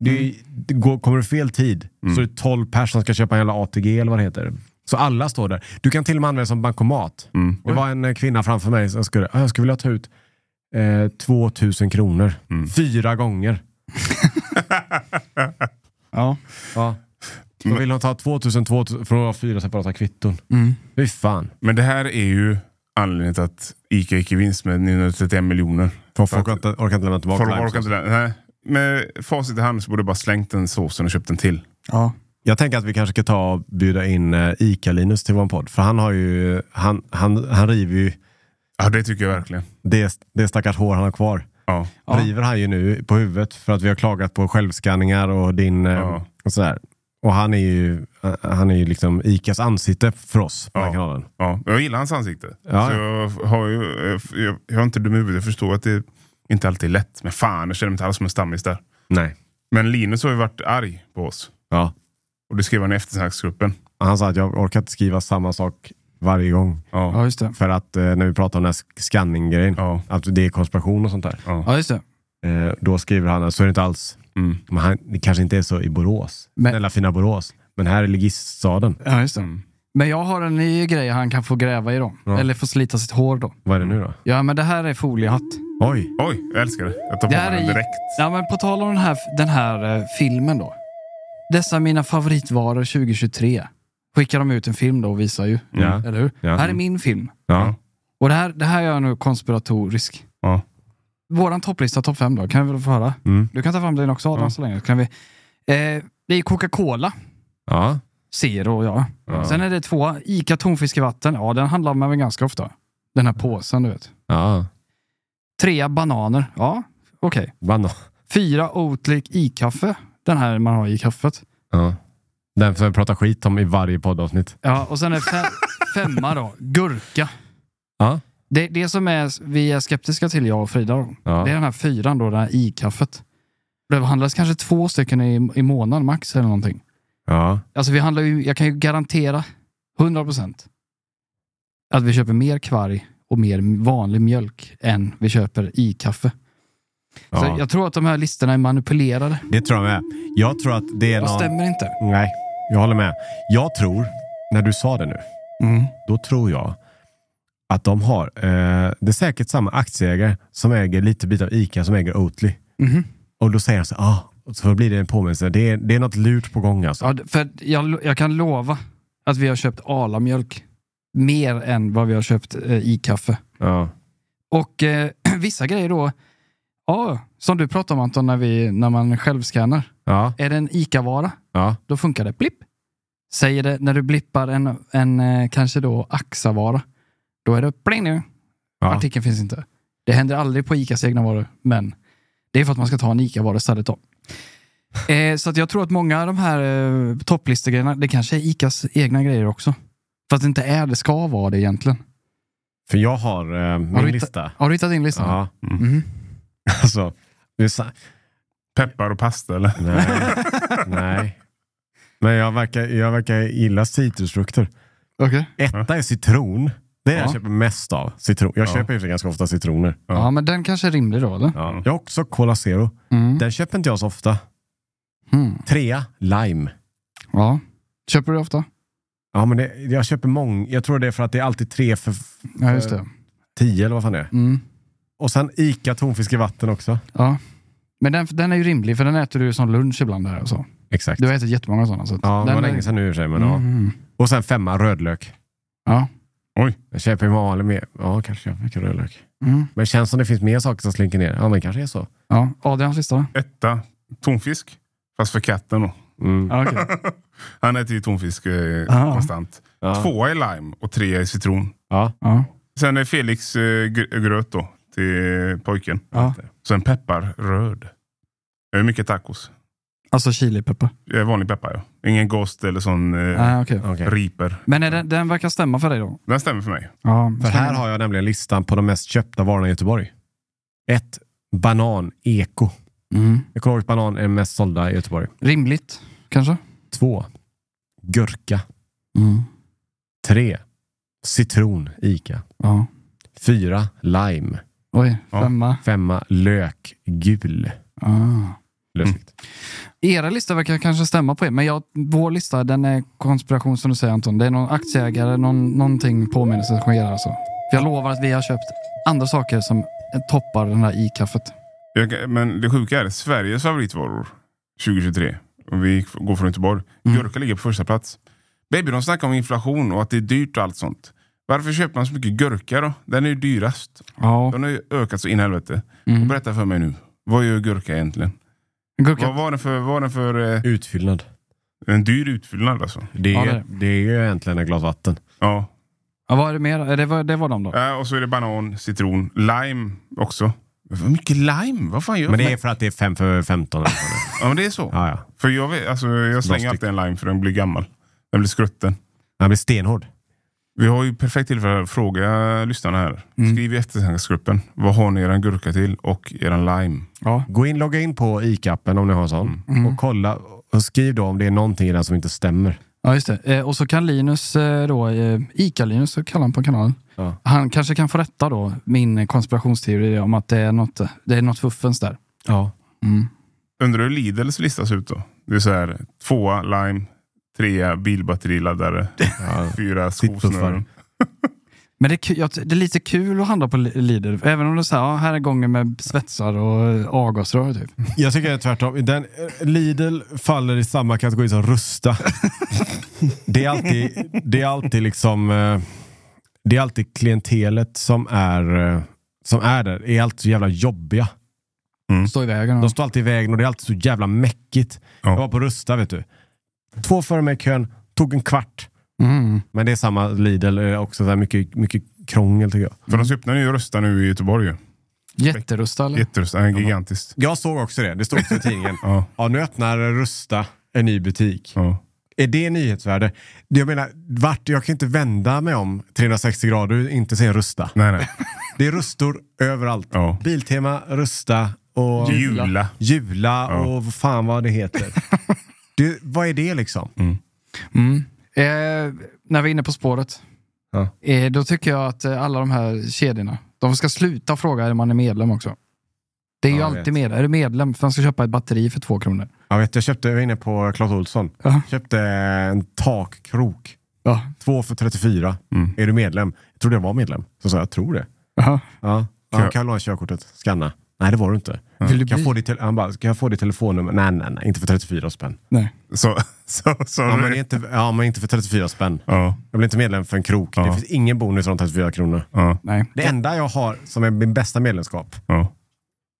Speaker 1: Det, är-
Speaker 3: Mm.
Speaker 1: det går, kommer det fel tid så är det 12 personer som ska köpa en jävla ATG eller vad det heter. Så alla står där. Du kan till och med använda det som bankomat.
Speaker 3: Mm.
Speaker 1: Det var en eh, kvinna framför mig som skulle, "Ah, jag skulle vilja ta ut eh, 2000 kronor. Fyra gånger.
Speaker 2: Ja.
Speaker 1: Ja. Då vill hon ta 2000, 2000 från fyra separata kvitton.
Speaker 2: Mm.
Speaker 1: Fy fan.
Speaker 3: Men det här är ju anledningen till att ICA gick i vinst med 931 miljoner.
Speaker 1: Folk orkar inte, orkar inte lämna tillbaka liksom.
Speaker 3: Folk
Speaker 1: lime sauce.
Speaker 3: orkar inte det. Nej. Med facit i hand så borde jag bara slängt den såsen och köpt en till.
Speaker 2: Ja.
Speaker 1: Jag tänker att vi kanske ska ta och bjuda in eh, ICA-Linus till vår podd. För han har ju, han, han, han river ju
Speaker 3: Ja, det tycker jag verkligen.
Speaker 1: det, det stackars hår han har kvar.
Speaker 3: Ja.
Speaker 2: Ja.
Speaker 1: River han ju nu på huvudet för att vi har klagat på självskanningar och din eh,
Speaker 3: Ja.
Speaker 1: och sådär. Och han är ju, han är ju liksom Icas ansikte för oss på den
Speaker 3: Ja.
Speaker 1: här kanalen.
Speaker 3: Ja, jag gillar hans ansikte.
Speaker 1: Ja.
Speaker 3: Så jag, har ju, jag, jag har inte dum i huvudet. Jag förstår att det inte alltid är lätt. Men fan, jag känner mig inte alls som en stammis där.
Speaker 1: Nej.
Speaker 3: Men Linus har ju varit arg på oss.
Speaker 1: Ja.
Speaker 3: Och det skrev han i eftersnacksgruppen.
Speaker 1: Han sa att jag orkar inte skriva samma sak varje gång.
Speaker 3: Ja.
Speaker 2: Ja, just det.
Speaker 1: För att eh, när vi pratar om den här sk- scanning-grejen,
Speaker 3: Ja.
Speaker 1: att det är konspiration och sånt där.
Speaker 2: Ja, just det.
Speaker 1: Eh, då skriver han att så är det inte alls.
Speaker 3: Mm.
Speaker 1: Men han, det kanske inte är så i Borås.
Speaker 2: Men-
Speaker 1: Snälla fina Borås. Men här är ligiststaden.
Speaker 2: Ja, just det.
Speaker 3: Mm.
Speaker 2: Men jag har en ny grej han kan få gräva i då.
Speaker 1: Ja.
Speaker 2: Eller få slita sitt hår då.
Speaker 1: Vad är det nu då?
Speaker 2: Ja, men det här är foliehatt.
Speaker 1: Oj!
Speaker 3: Oj, jag älskar det. Jag tar på
Speaker 2: Det här
Speaker 3: mig den
Speaker 2: är-
Speaker 3: direkt.
Speaker 2: Ja, men på tal om den här, den här eh, filmen då. Dessa mina favoritvaror 2023. Skickar de ut en film då och visar ju.
Speaker 1: Ja.
Speaker 2: Eller hur?
Speaker 1: Ja.
Speaker 2: Här är min film.
Speaker 1: Ja.
Speaker 2: Och det här, det här är nu konspiratorisk.
Speaker 3: Ja.
Speaker 2: Våran topplista, topp fem då, kan vi väl få höra?
Speaker 1: Mm.
Speaker 2: Du kan ta fram din också Adam så länge. Kan vi, eh, det är Coca-Cola,
Speaker 1: Ja.
Speaker 2: Zero ja.
Speaker 1: Ja.
Speaker 2: Sen är det två, Ica tonfiskevatten, ja den handlar man väl ganska ofta. Den här påsen du vet.
Speaker 1: ja.
Speaker 2: Trea bananer, ja okej.
Speaker 1: Banan.
Speaker 2: Fyra Oatly i-kaffe, den här man har i kaffet.
Speaker 1: Ja. Den får jag prata skit om i varje poddavsnitt.
Speaker 2: Ja, och sen
Speaker 1: <laughs>
Speaker 2: är fem, femma då, gurka.
Speaker 1: Ja.
Speaker 2: Det, det som är, vi är skeptiska till, jag och Frida, då,
Speaker 1: Ja.
Speaker 2: det är den här fyran då, det här i-kaffet. Det handlas kanske två stycken i, i månaden max eller någonting.
Speaker 1: Ja.
Speaker 2: Alltså vi handlar ju, jag kan ju garantera 100% att vi köper mer kvarg och mer vanlig mjölk än vi köper i-kaffe. Så
Speaker 1: ja.
Speaker 2: jag tror att de här listorna är manipulerade.
Speaker 1: Det tror jag med. Jag tror att det är
Speaker 2: De
Speaker 1: någon...
Speaker 2: stämmer inte.
Speaker 1: Nej, jag håller med. Jag tror, när du sa det nu,
Speaker 2: Mm.
Speaker 1: då tror jag att de har, eh, det är säkert samma aktieägare som äger lite bit av ICA som äger Oatly.
Speaker 2: Mhm.
Speaker 1: Och då säger jag så, ah, och så blir det en påminnelse. Det är, det är något lurt på gång alltså.
Speaker 2: Ja, d- för att jag, jag kan lova att vi har köpt Arla-mjölk mer än vad vi har köpt eh, i-kaffe.
Speaker 1: Ja.
Speaker 2: Och eh, <clears throat> vissa grejer då, ja, som du pratade om Anton, när, vi, när man självscannar.
Speaker 1: Ja.
Speaker 2: Är det en ICA-vara,
Speaker 1: Ja.
Speaker 2: då funkar det. Blipp! Säger det när du blippar en, en eh, kanske då AXA-vara, då är det pling nu.
Speaker 1: Ja.
Speaker 2: Artikeln finns inte. Det händer aldrig på ICAs egna varor, men det är för att man ska ta en ICA-vara
Speaker 1: <laughs>
Speaker 2: istället då. Eh, så att jag tror att många av de här eh, topplistegrejerna, det kanske är ICAs egna grejer också. Fast det inte är det, ska vara det egentligen.
Speaker 1: För jag har eh, min
Speaker 2: Har du hittat-
Speaker 1: lista.
Speaker 2: Har du hittat din lista?
Speaker 1: Ja.
Speaker 2: Mhm.
Speaker 1: <laughs> Alltså, det är sa-
Speaker 3: Peppar och pasta eller?
Speaker 1: nej. nej. Men jag verkar, jag verkar gilla citrusfrukter.
Speaker 2: Okej.
Speaker 1: Etta är citron. Det är det jag
Speaker 2: Ja.
Speaker 1: köper mest av. Citron. Jag
Speaker 3: Ja.
Speaker 1: köper ju ganska ofta citroner.
Speaker 2: Ja. men den kanske är rimlig då, eller?
Speaker 1: Ja. Jag har också Cola Zero.
Speaker 2: Mm.
Speaker 1: Den köper inte jag så ofta.
Speaker 2: Mm.
Speaker 1: Trea, lime.
Speaker 2: Ja. Köper du det ofta?
Speaker 1: Ja, men det, jag köper många. Jag tror det är för att det är alltid tre för f-
Speaker 2: Ja, just
Speaker 1: Eh,
Speaker 2: det.
Speaker 1: tio eller vad fan det är.
Speaker 2: Mm.
Speaker 1: Och sen Ica tonfiskevatten också.
Speaker 2: Ja. Men den, den är ju rimlig, för den äter du som lunch ibland. Här och så.
Speaker 1: Exakt.
Speaker 2: Du har ätit jättemånga sådana. Så att
Speaker 1: Ja, det
Speaker 2: den
Speaker 1: var
Speaker 2: är-
Speaker 1: länge sedan nu i och för sig. Men, ja.
Speaker 2: Mm.
Speaker 1: Och sen femma, rödlök.
Speaker 2: Ja.
Speaker 1: Jag köper ju vanlig mer. Ja, kanske jag fick rödlök.
Speaker 2: Mm.
Speaker 1: Men det känns som det finns mer saker som slinker ner. Ja, men kanske är så.
Speaker 2: ja. Adrians lista?
Speaker 3: Etta, tonfisk. Fast för katten då.
Speaker 1: Mm.
Speaker 2: Ja, okej.
Speaker 3: Han äter ju tonfisk eh,
Speaker 2: Ah.
Speaker 3: konstant.
Speaker 1: Ja.
Speaker 3: Tvåa är lime och trea är citron.
Speaker 1: Ja.
Speaker 2: ja.
Speaker 3: Sen är Felix eh, gr- gröt då, till pojken.
Speaker 2: Ja.
Speaker 3: Sen pepparröd. Jag gör mycket tacos.
Speaker 2: Alltså chilipeppar?
Speaker 3: Jag är vanlig peppar, ja. Ingen ghost eller sån eh,
Speaker 1: Ah.
Speaker 2: Ja, okej.
Speaker 1: okej.
Speaker 3: riper.
Speaker 2: Men är den, den verkar stämma för dig då?
Speaker 3: Den stämmer för mig.
Speaker 2: Ja.
Speaker 1: För här har jag nämligen listan på de mest köpta varorna i Göteborg. Ett, banan, eko.
Speaker 2: mm.
Speaker 1: Ekologisk banan är den mest sålda i Göteborg.
Speaker 2: Rimligt, kanske?
Speaker 1: Två, gurka.
Speaker 2: Mm.
Speaker 1: Tre, citron, Ica.
Speaker 2: Ja.
Speaker 1: Fyra, lime.
Speaker 2: Oj,
Speaker 3: Ja.
Speaker 2: femma.
Speaker 1: Femma, lök, gul.
Speaker 2: Ah.
Speaker 1: Lustigt.
Speaker 2: Era lista verkar kanske stämma på er, men jag, vår lista den är konspiration som du säger Anton. Det är någon aktieägare, någon, någonting påminnelse som sker alltså. För jag lovar att vi har köpt andra saker som toppar den här i-kaffet.
Speaker 3: Jag, kan- men det sjuka är Sveriges favoritvaror 2023. Och vi gick- går från Göteborg.
Speaker 1: Mm.
Speaker 3: Gurka ligger på första plats. Baby, de snackar om inflation och att det är dyrt och allt sånt. Varför köper man så mycket gurka då? Den är ju dyrast.
Speaker 2: Ja.
Speaker 3: Den har ju ökat så in i helvete.
Speaker 1: Mm.
Speaker 3: Och berätta för mig nu. Vad gör gurka egentligen? Vad
Speaker 2: Gurka.
Speaker 3: var den för, vad var den för eh,
Speaker 1: Utfyllnad.
Speaker 3: en dyr utfyllnad alltså?
Speaker 1: Det
Speaker 2: Ja,
Speaker 1: är,
Speaker 2: det är
Speaker 1: det. är ju egentligen ett glas vatten.
Speaker 3: Ja.
Speaker 2: Ja, vad är det mer? Eh, Det var, det var de då.
Speaker 3: Eh, och så är det banan, citron, lime också. Vad mycket lime? Vad fan gör
Speaker 1: Men det
Speaker 3: man?
Speaker 1: är för att det är fem för 15. eller vad det är.
Speaker 3: Ja, men det är så.
Speaker 1: Ja, ja.
Speaker 3: För jag, vet, alltså, jag slänger
Speaker 1: Plastik.
Speaker 3: alltid en lime för den blir gammal. Den blir skrutten.
Speaker 1: Han blir stenhård.
Speaker 3: Vi har ju perfekt tillfälle att fråga lyssnarna här. Skriv i eftertanksgruppen. Vad har ni er gurka till och er lime?
Speaker 2: Ja.
Speaker 1: Gå in, logga in på ICA-appen om ni har en sån. Och kolla och skriv då om det är någonting i den som inte stämmer.
Speaker 2: ja, just det. Eh, och så kan Linus, eh, då, eh, Ica-Linus så kallar han på kanalen.
Speaker 1: Ja.
Speaker 2: Han kanske kan få rätta då min konspirationsteori om att det är något, det är något fuffens där.
Speaker 1: Ja.
Speaker 2: Mm.
Speaker 3: Undrar hur Lidls listas ut då? Det är så här, tvåa lime, trea bilbatteriladdare, fyra
Speaker 1: Sittpuffar.
Speaker 3: skosnören.
Speaker 2: Men det är, ku- jag ty- det är lite kul att handla på Li- Lidl, även om det är så här, ja, här är gången med svetsar och eh, avgasrör typ.
Speaker 1: Jag tycker det är tvärtom. Den, eh, Lidl faller i samma kategori som Rusta. det, är alltid, det är alltid liksom... eh, Det är alltid klientelet som är, eh, som är där. är alltid så jävla jobbiga.
Speaker 2: Står i vägen.
Speaker 1: De
Speaker 2: Och...
Speaker 1: står alltid i vägen och det är alltid så jävla mäckigt.
Speaker 3: Ja.
Speaker 1: Jag var på Rusta, vet du. Två före mig i kön, tog en kvart.
Speaker 2: Mm.
Speaker 1: Men det är samma Lidl, eh, också så här mycket, mycket krångel tycker jag.
Speaker 3: För de öppnar ju Rösta nu i Göteborg. ju.
Speaker 2: Jätterusta eller?
Speaker 3: Jätterusta, ja. gigantiskt.
Speaker 1: Jag såg också det, det stod också i tidningen.
Speaker 3: <laughs> Ja,
Speaker 1: Ja, nu öppnar Rusta en ny butik.
Speaker 3: ja.
Speaker 1: Är det nyhetsvärde? Jag menar, vart, jag kan inte vända mig om 360 grader och inte se en Rusta.
Speaker 3: Nej, nej.
Speaker 1: Det är rustor överallt.
Speaker 3: Ja.
Speaker 1: Biltema, Rusta och
Speaker 3: <laughs> Jula.
Speaker 1: Jula
Speaker 3: Ja.
Speaker 1: och vad fan vad det
Speaker 3: <laughs>
Speaker 1: heter. det, vad är det liksom?
Speaker 2: Mm. Eh, när vi är inne på spåret,
Speaker 1: Ja.
Speaker 2: eh, då tycker jag att eh, alla de här kedjorna, de ska sluta fråga om man är medlem också. Det är
Speaker 1: Ja,
Speaker 2: ju
Speaker 1: jag
Speaker 2: alltid
Speaker 1: vet.
Speaker 2: med. Är du medlem? För man ska köpa ett batteri för två kronor.
Speaker 1: Jag, vet, jag köpte, jag var inne på Clas Ohlson,
Speaker 2: Ja.
Speaker 1: köpte en takkrok.
Speaker 2: Ja.
Speaker 1: Två för 34.
Speaker 3: Mm.
Speaker 1: Är du medlem? Jag trodde jag var medlem. Så sa jag, jag tror det.
Speaker 2: Jaha.
Speaker 1: Ja. Ja,
Speaker 3: Kör.
Speaker 1: kan jag låna körkortet? Skanna. Nej, det var du inte.
Speaker 2: Vill du
Speaker 1: Kan jag
Speaker 2: bli?
Speaker 1: få ditt, te- han bara, kan jag få ditt telefonnummer? Nej, nej, nej. Inte för 34 spänn.
Speaker 2: Nej.
Speaker 3: Så, så, så,
Speaker 1: Ja, men inte, ja, men inte för 34 spänn.
Speaker 3: ja,
Speaker 1: Jag blir inte medlem för en krok. Det
Speaker 3: Ja.
Speaker 1: finns ingen bonus från 34 kronor.
Speaker 3: ja,
Speaker 2: Nej.
Speaker 1: Det enda jag har som är min bästa medlemskap
Speaker 3: ja.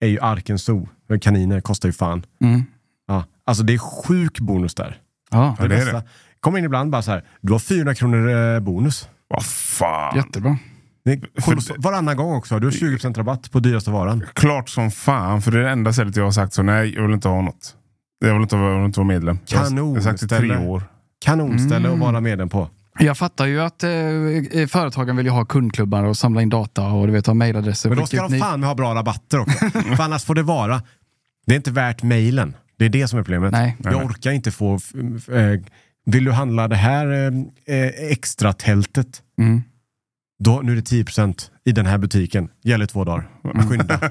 Speaker 1: är ju Arken Zoo. Men Kaniner kostar ju fan.
Speaker 2: Mm.
Speaker 1: Ja. Alltså det är sjuk bonus där.
Speaker 2: Ja,
Speaker 3: Ja, det är
Speaker 1: bästa.
Speaker 3: det.
Speaker 1: Kommer in ibland bara så här, du har 400 kronor eh, bonus.
Speaker 3: Vad fan.
Speaker 2: jättebra.
Speaker 1: Det är kolossalt. Varannan gång också. Du har 20% rabatt på dyraste varan.
Speaker 3: Klart som fan, för det är det enda stället jag har sagt så nej, jag vill inte ha något. Jag vill inte, vara- jag vill inte vara medlem. Jag har- Jag har sagt det i tre
Speaker 1: Kanonställe.
Speaker 3: år.
Speaker 1: Kanonställe att vara medlem på.
Speaker 2: Mm. Jag fattar ju att eh, eh, företagen vill ju ha kundklubbar och samla in data och du vet, ha mejladresser.
Speaker 1: Men då
Speaker 2: skicka
Speaker 1: ska
Speaker 2: ut
Speaker 1: de
Speaker 2: ny-
Speaker 1: fan ha bra rabatter
Speaker 3: <laughs>
Speaker 1: också. För annars får det vara. Det är inte värt mejlen. Det är det som är problemet.
Speaker 2: Nej.
Speaker 1: Jag orkar inte få... f- f- eh, Vill du handla det här eh, eh, extra tältet?
Speaker 2: Mm.
Speaker 1: Då, nu är det 10% i den här butiken. Gäller två dagar. Skynda.
Speaker 3: <laughs>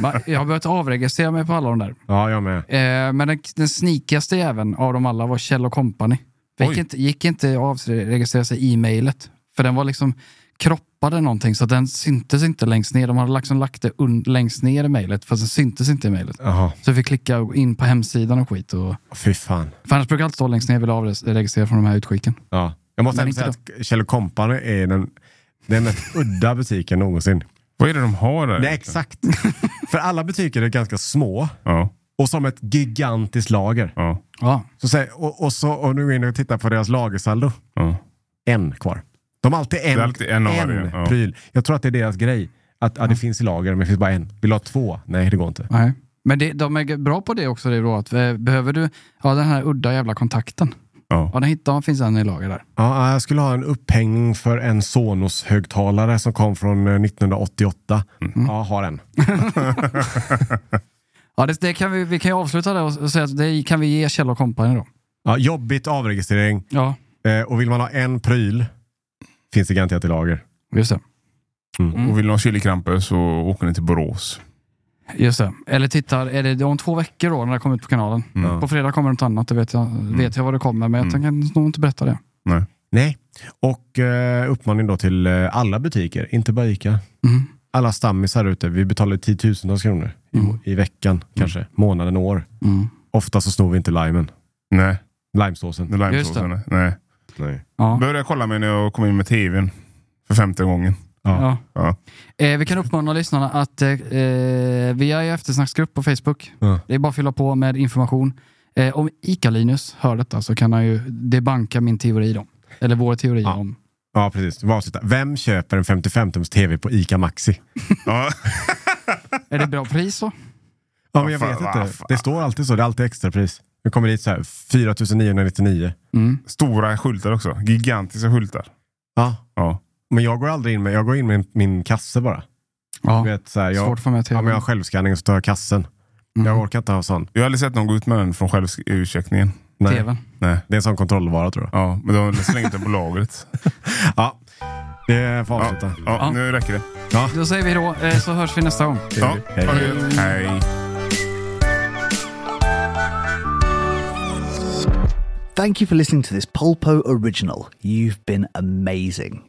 Speaker 2: Ma- Jag har börjat avregistrera mig på alla de där.
Speaker 1: Ja, jag med.
Speaker 2: Eh, men den, den sneakigaste jäveln av dem alla var Kjell Company. Det gick
Speaker 3: Oj.
Speaker 2: inte, gick inte att avregistrera sig i mejlet. För den var liksom kroppade någonting så att den syntes inte längst ner. De hade liksom lagt det un- längst ner i mejlet fast den syntes inte i mejlet.
Speaker 1: Jaha,
Speaker 2: Så vi fick klicka in på hemsidan och skit. Och,
Speaker 1: fy fan.
Speaker 2: för annars brukar allt stå längst ner vid avregistrera från de här utskicken.
Speaker 1: Ja. Jag måste
Speaker 2: Men
Speaker 1: ändå säga
Speaker 2: inte
Speaker 1: att Kjell Company är den, den mest udda butiken
Speaker 3: <laughs>
Speaker 1: någonsin.
Speaker 3: Vad är det de har där?
Speaker 1: Nej, exakt. För alla butiker är ganska små
Speaker 3: Ja,
Speaker 1: och som ett gigantiskt lager.
Speaker 3: ja,
Speaker 2: Ja,
Speaker 1: Så säg, och, och så om du går in och tittar på deras lagersaldo.
Speaker 3: ja.
Speaker 1: En kvar. De har alltid en,
Speaker 3: Det är alltid en av varje, ja.
Speaker 1: pryl. Jag tror att det är deras grej. Att ja, det finns i lager, men det finns bara en. Vill du ha två? Nej, det går inte.
Speaker 2: nej. Men det, de är g- bra på det också. Det är bra att, eh, behöver du ja, den här udda jävla kontakten?
Speaker 3: ja.
Speaker 2: Ja, den hittar man. Finns en i lager där.
Speaker 1: Ja, jag skulle ha en upphängning för en Sonos-högtalare som kom från eh, 1988.
Speaker 2: Mm.
Speaker 1: Ja, har en.
Speaker 2: Ja, det, det kan vi, vi kan ju avsluta det och, och säga att det kan vi ge Kjell Company då.
Speaker 1: Ja, jobbigt avregistrering.
Speaker 2: Ja,
Speaker 1: Eh, och vill man ha en pryl finns det garanterat i lager.
Speaker 2: just det. Mm.
Speaker 3: Och vill ni ha chilikramper så åker ni till Borås.
Speaker 2: Just det. Eller tittar, är det om två veckor då när det kommer ut på kanalen?
Speaker 3: Mm.
Speaker 2: På fredag kommer något annat, det vet jag,
Speaker 1: Mm.
Speaker 2: vet jag vad det kommer, men jag kan nog inte berätta det.
Speaker 3: Nej.
Speaker 1: Nej. Och eh, uppmaning då till eh, alla butiker, inte bara ICA.
Speaker 2: Mm.
Speaker 1: Alla stammisar ute. Vi betalar tiotusentals kronor i,
Speaker 2: Mm.
Speaker 1: i veckan, kanske. Månaden, år.
Speaker 2: Mm.
Speaker 1: Ofta så snor vi inte limen.
Speaker 3: Nej,
Speaker 1: Limesåsen.
Speaker 3: det är
Speaker 2: Just det.
Speaker 3: limesåsen. nej. Nej.
Speaker 1: Nej.
Speaker 2: Ja.
Speaker 3: Började jag kolla mig när jag kom in med tvn. För femte gången.
Speaker 2: Ja.
Speaker 3: Ja.
Speaker 2: Eh, vi kan uppmana lyssnarna att eh, eh, vi är i eftersnacksgrupp på Facebook.
Speaker 1: Ja.
Speaker 2: Det är bara att fylla på med information. Eh, om ICA-Linus hör detta så kan han ju debanka min teori då. Eller vår teori
Speaker 1: Ja.
Speaker 2: om...
Speaker 1: Ja, precis. Vi avslutar. Vem köper en 55-tums TV på ICA Maxi?
Speaker 3: Ja.
Speaker 2: Är det bra pris så?
Speaker 1: Ja, men jag
Speaker 3: Vad
Speaker 1: vet
Speaker 3: fan, vad
Speaker 1: inte.
Speaker 3: fan.
Speaker 1: Det står alltid så. Det är alltid extrapris. Nu kommer dit så här 4999.
Speaker 2: Mm.
Speaker 3: Stora skyltar också. Gigantiska skyltar.
Speaker 1: Ja.
Speaker 3: Ja.
Speaker 1: Men jag går aldrig in med, jag går in med min kasse bara.
Speaker 2: Ja.
Speaker 1: Du vet, så här, jag,
Speaker 2: Svårt att få med
Speaker 1: ja,
Speaker 2: tvn.
Speaker 1: men jag har självskanning och så tar jag kassen. Jag orkar inte ha sån.
Speaker 3: Jag har aldrig sett någon gå ut med den från självursäktningen.
Speaker 1: Nej.
Speaker 2: TVn.
Speaker 3: Nej.
Speaker 1: Det är en sån kontrollvara tror jag.
Speaker 3: Ja, men de har slängt ut den på lagret.
Speaker 1: Ja, det får
Speaker 3: Ja,
Speaker 1: avsluta.
Speaker 3: ja, nu räcker det.
Speaker 2: Då säger vi då, eh, så hörs vi nästa gång.
Speaker 3: Ja,
Speaker 1: Hej.
Speaker 3: ha det gött. Hej.
Speaker 8: Thank you for listening to this Polpo original. You've been amazing.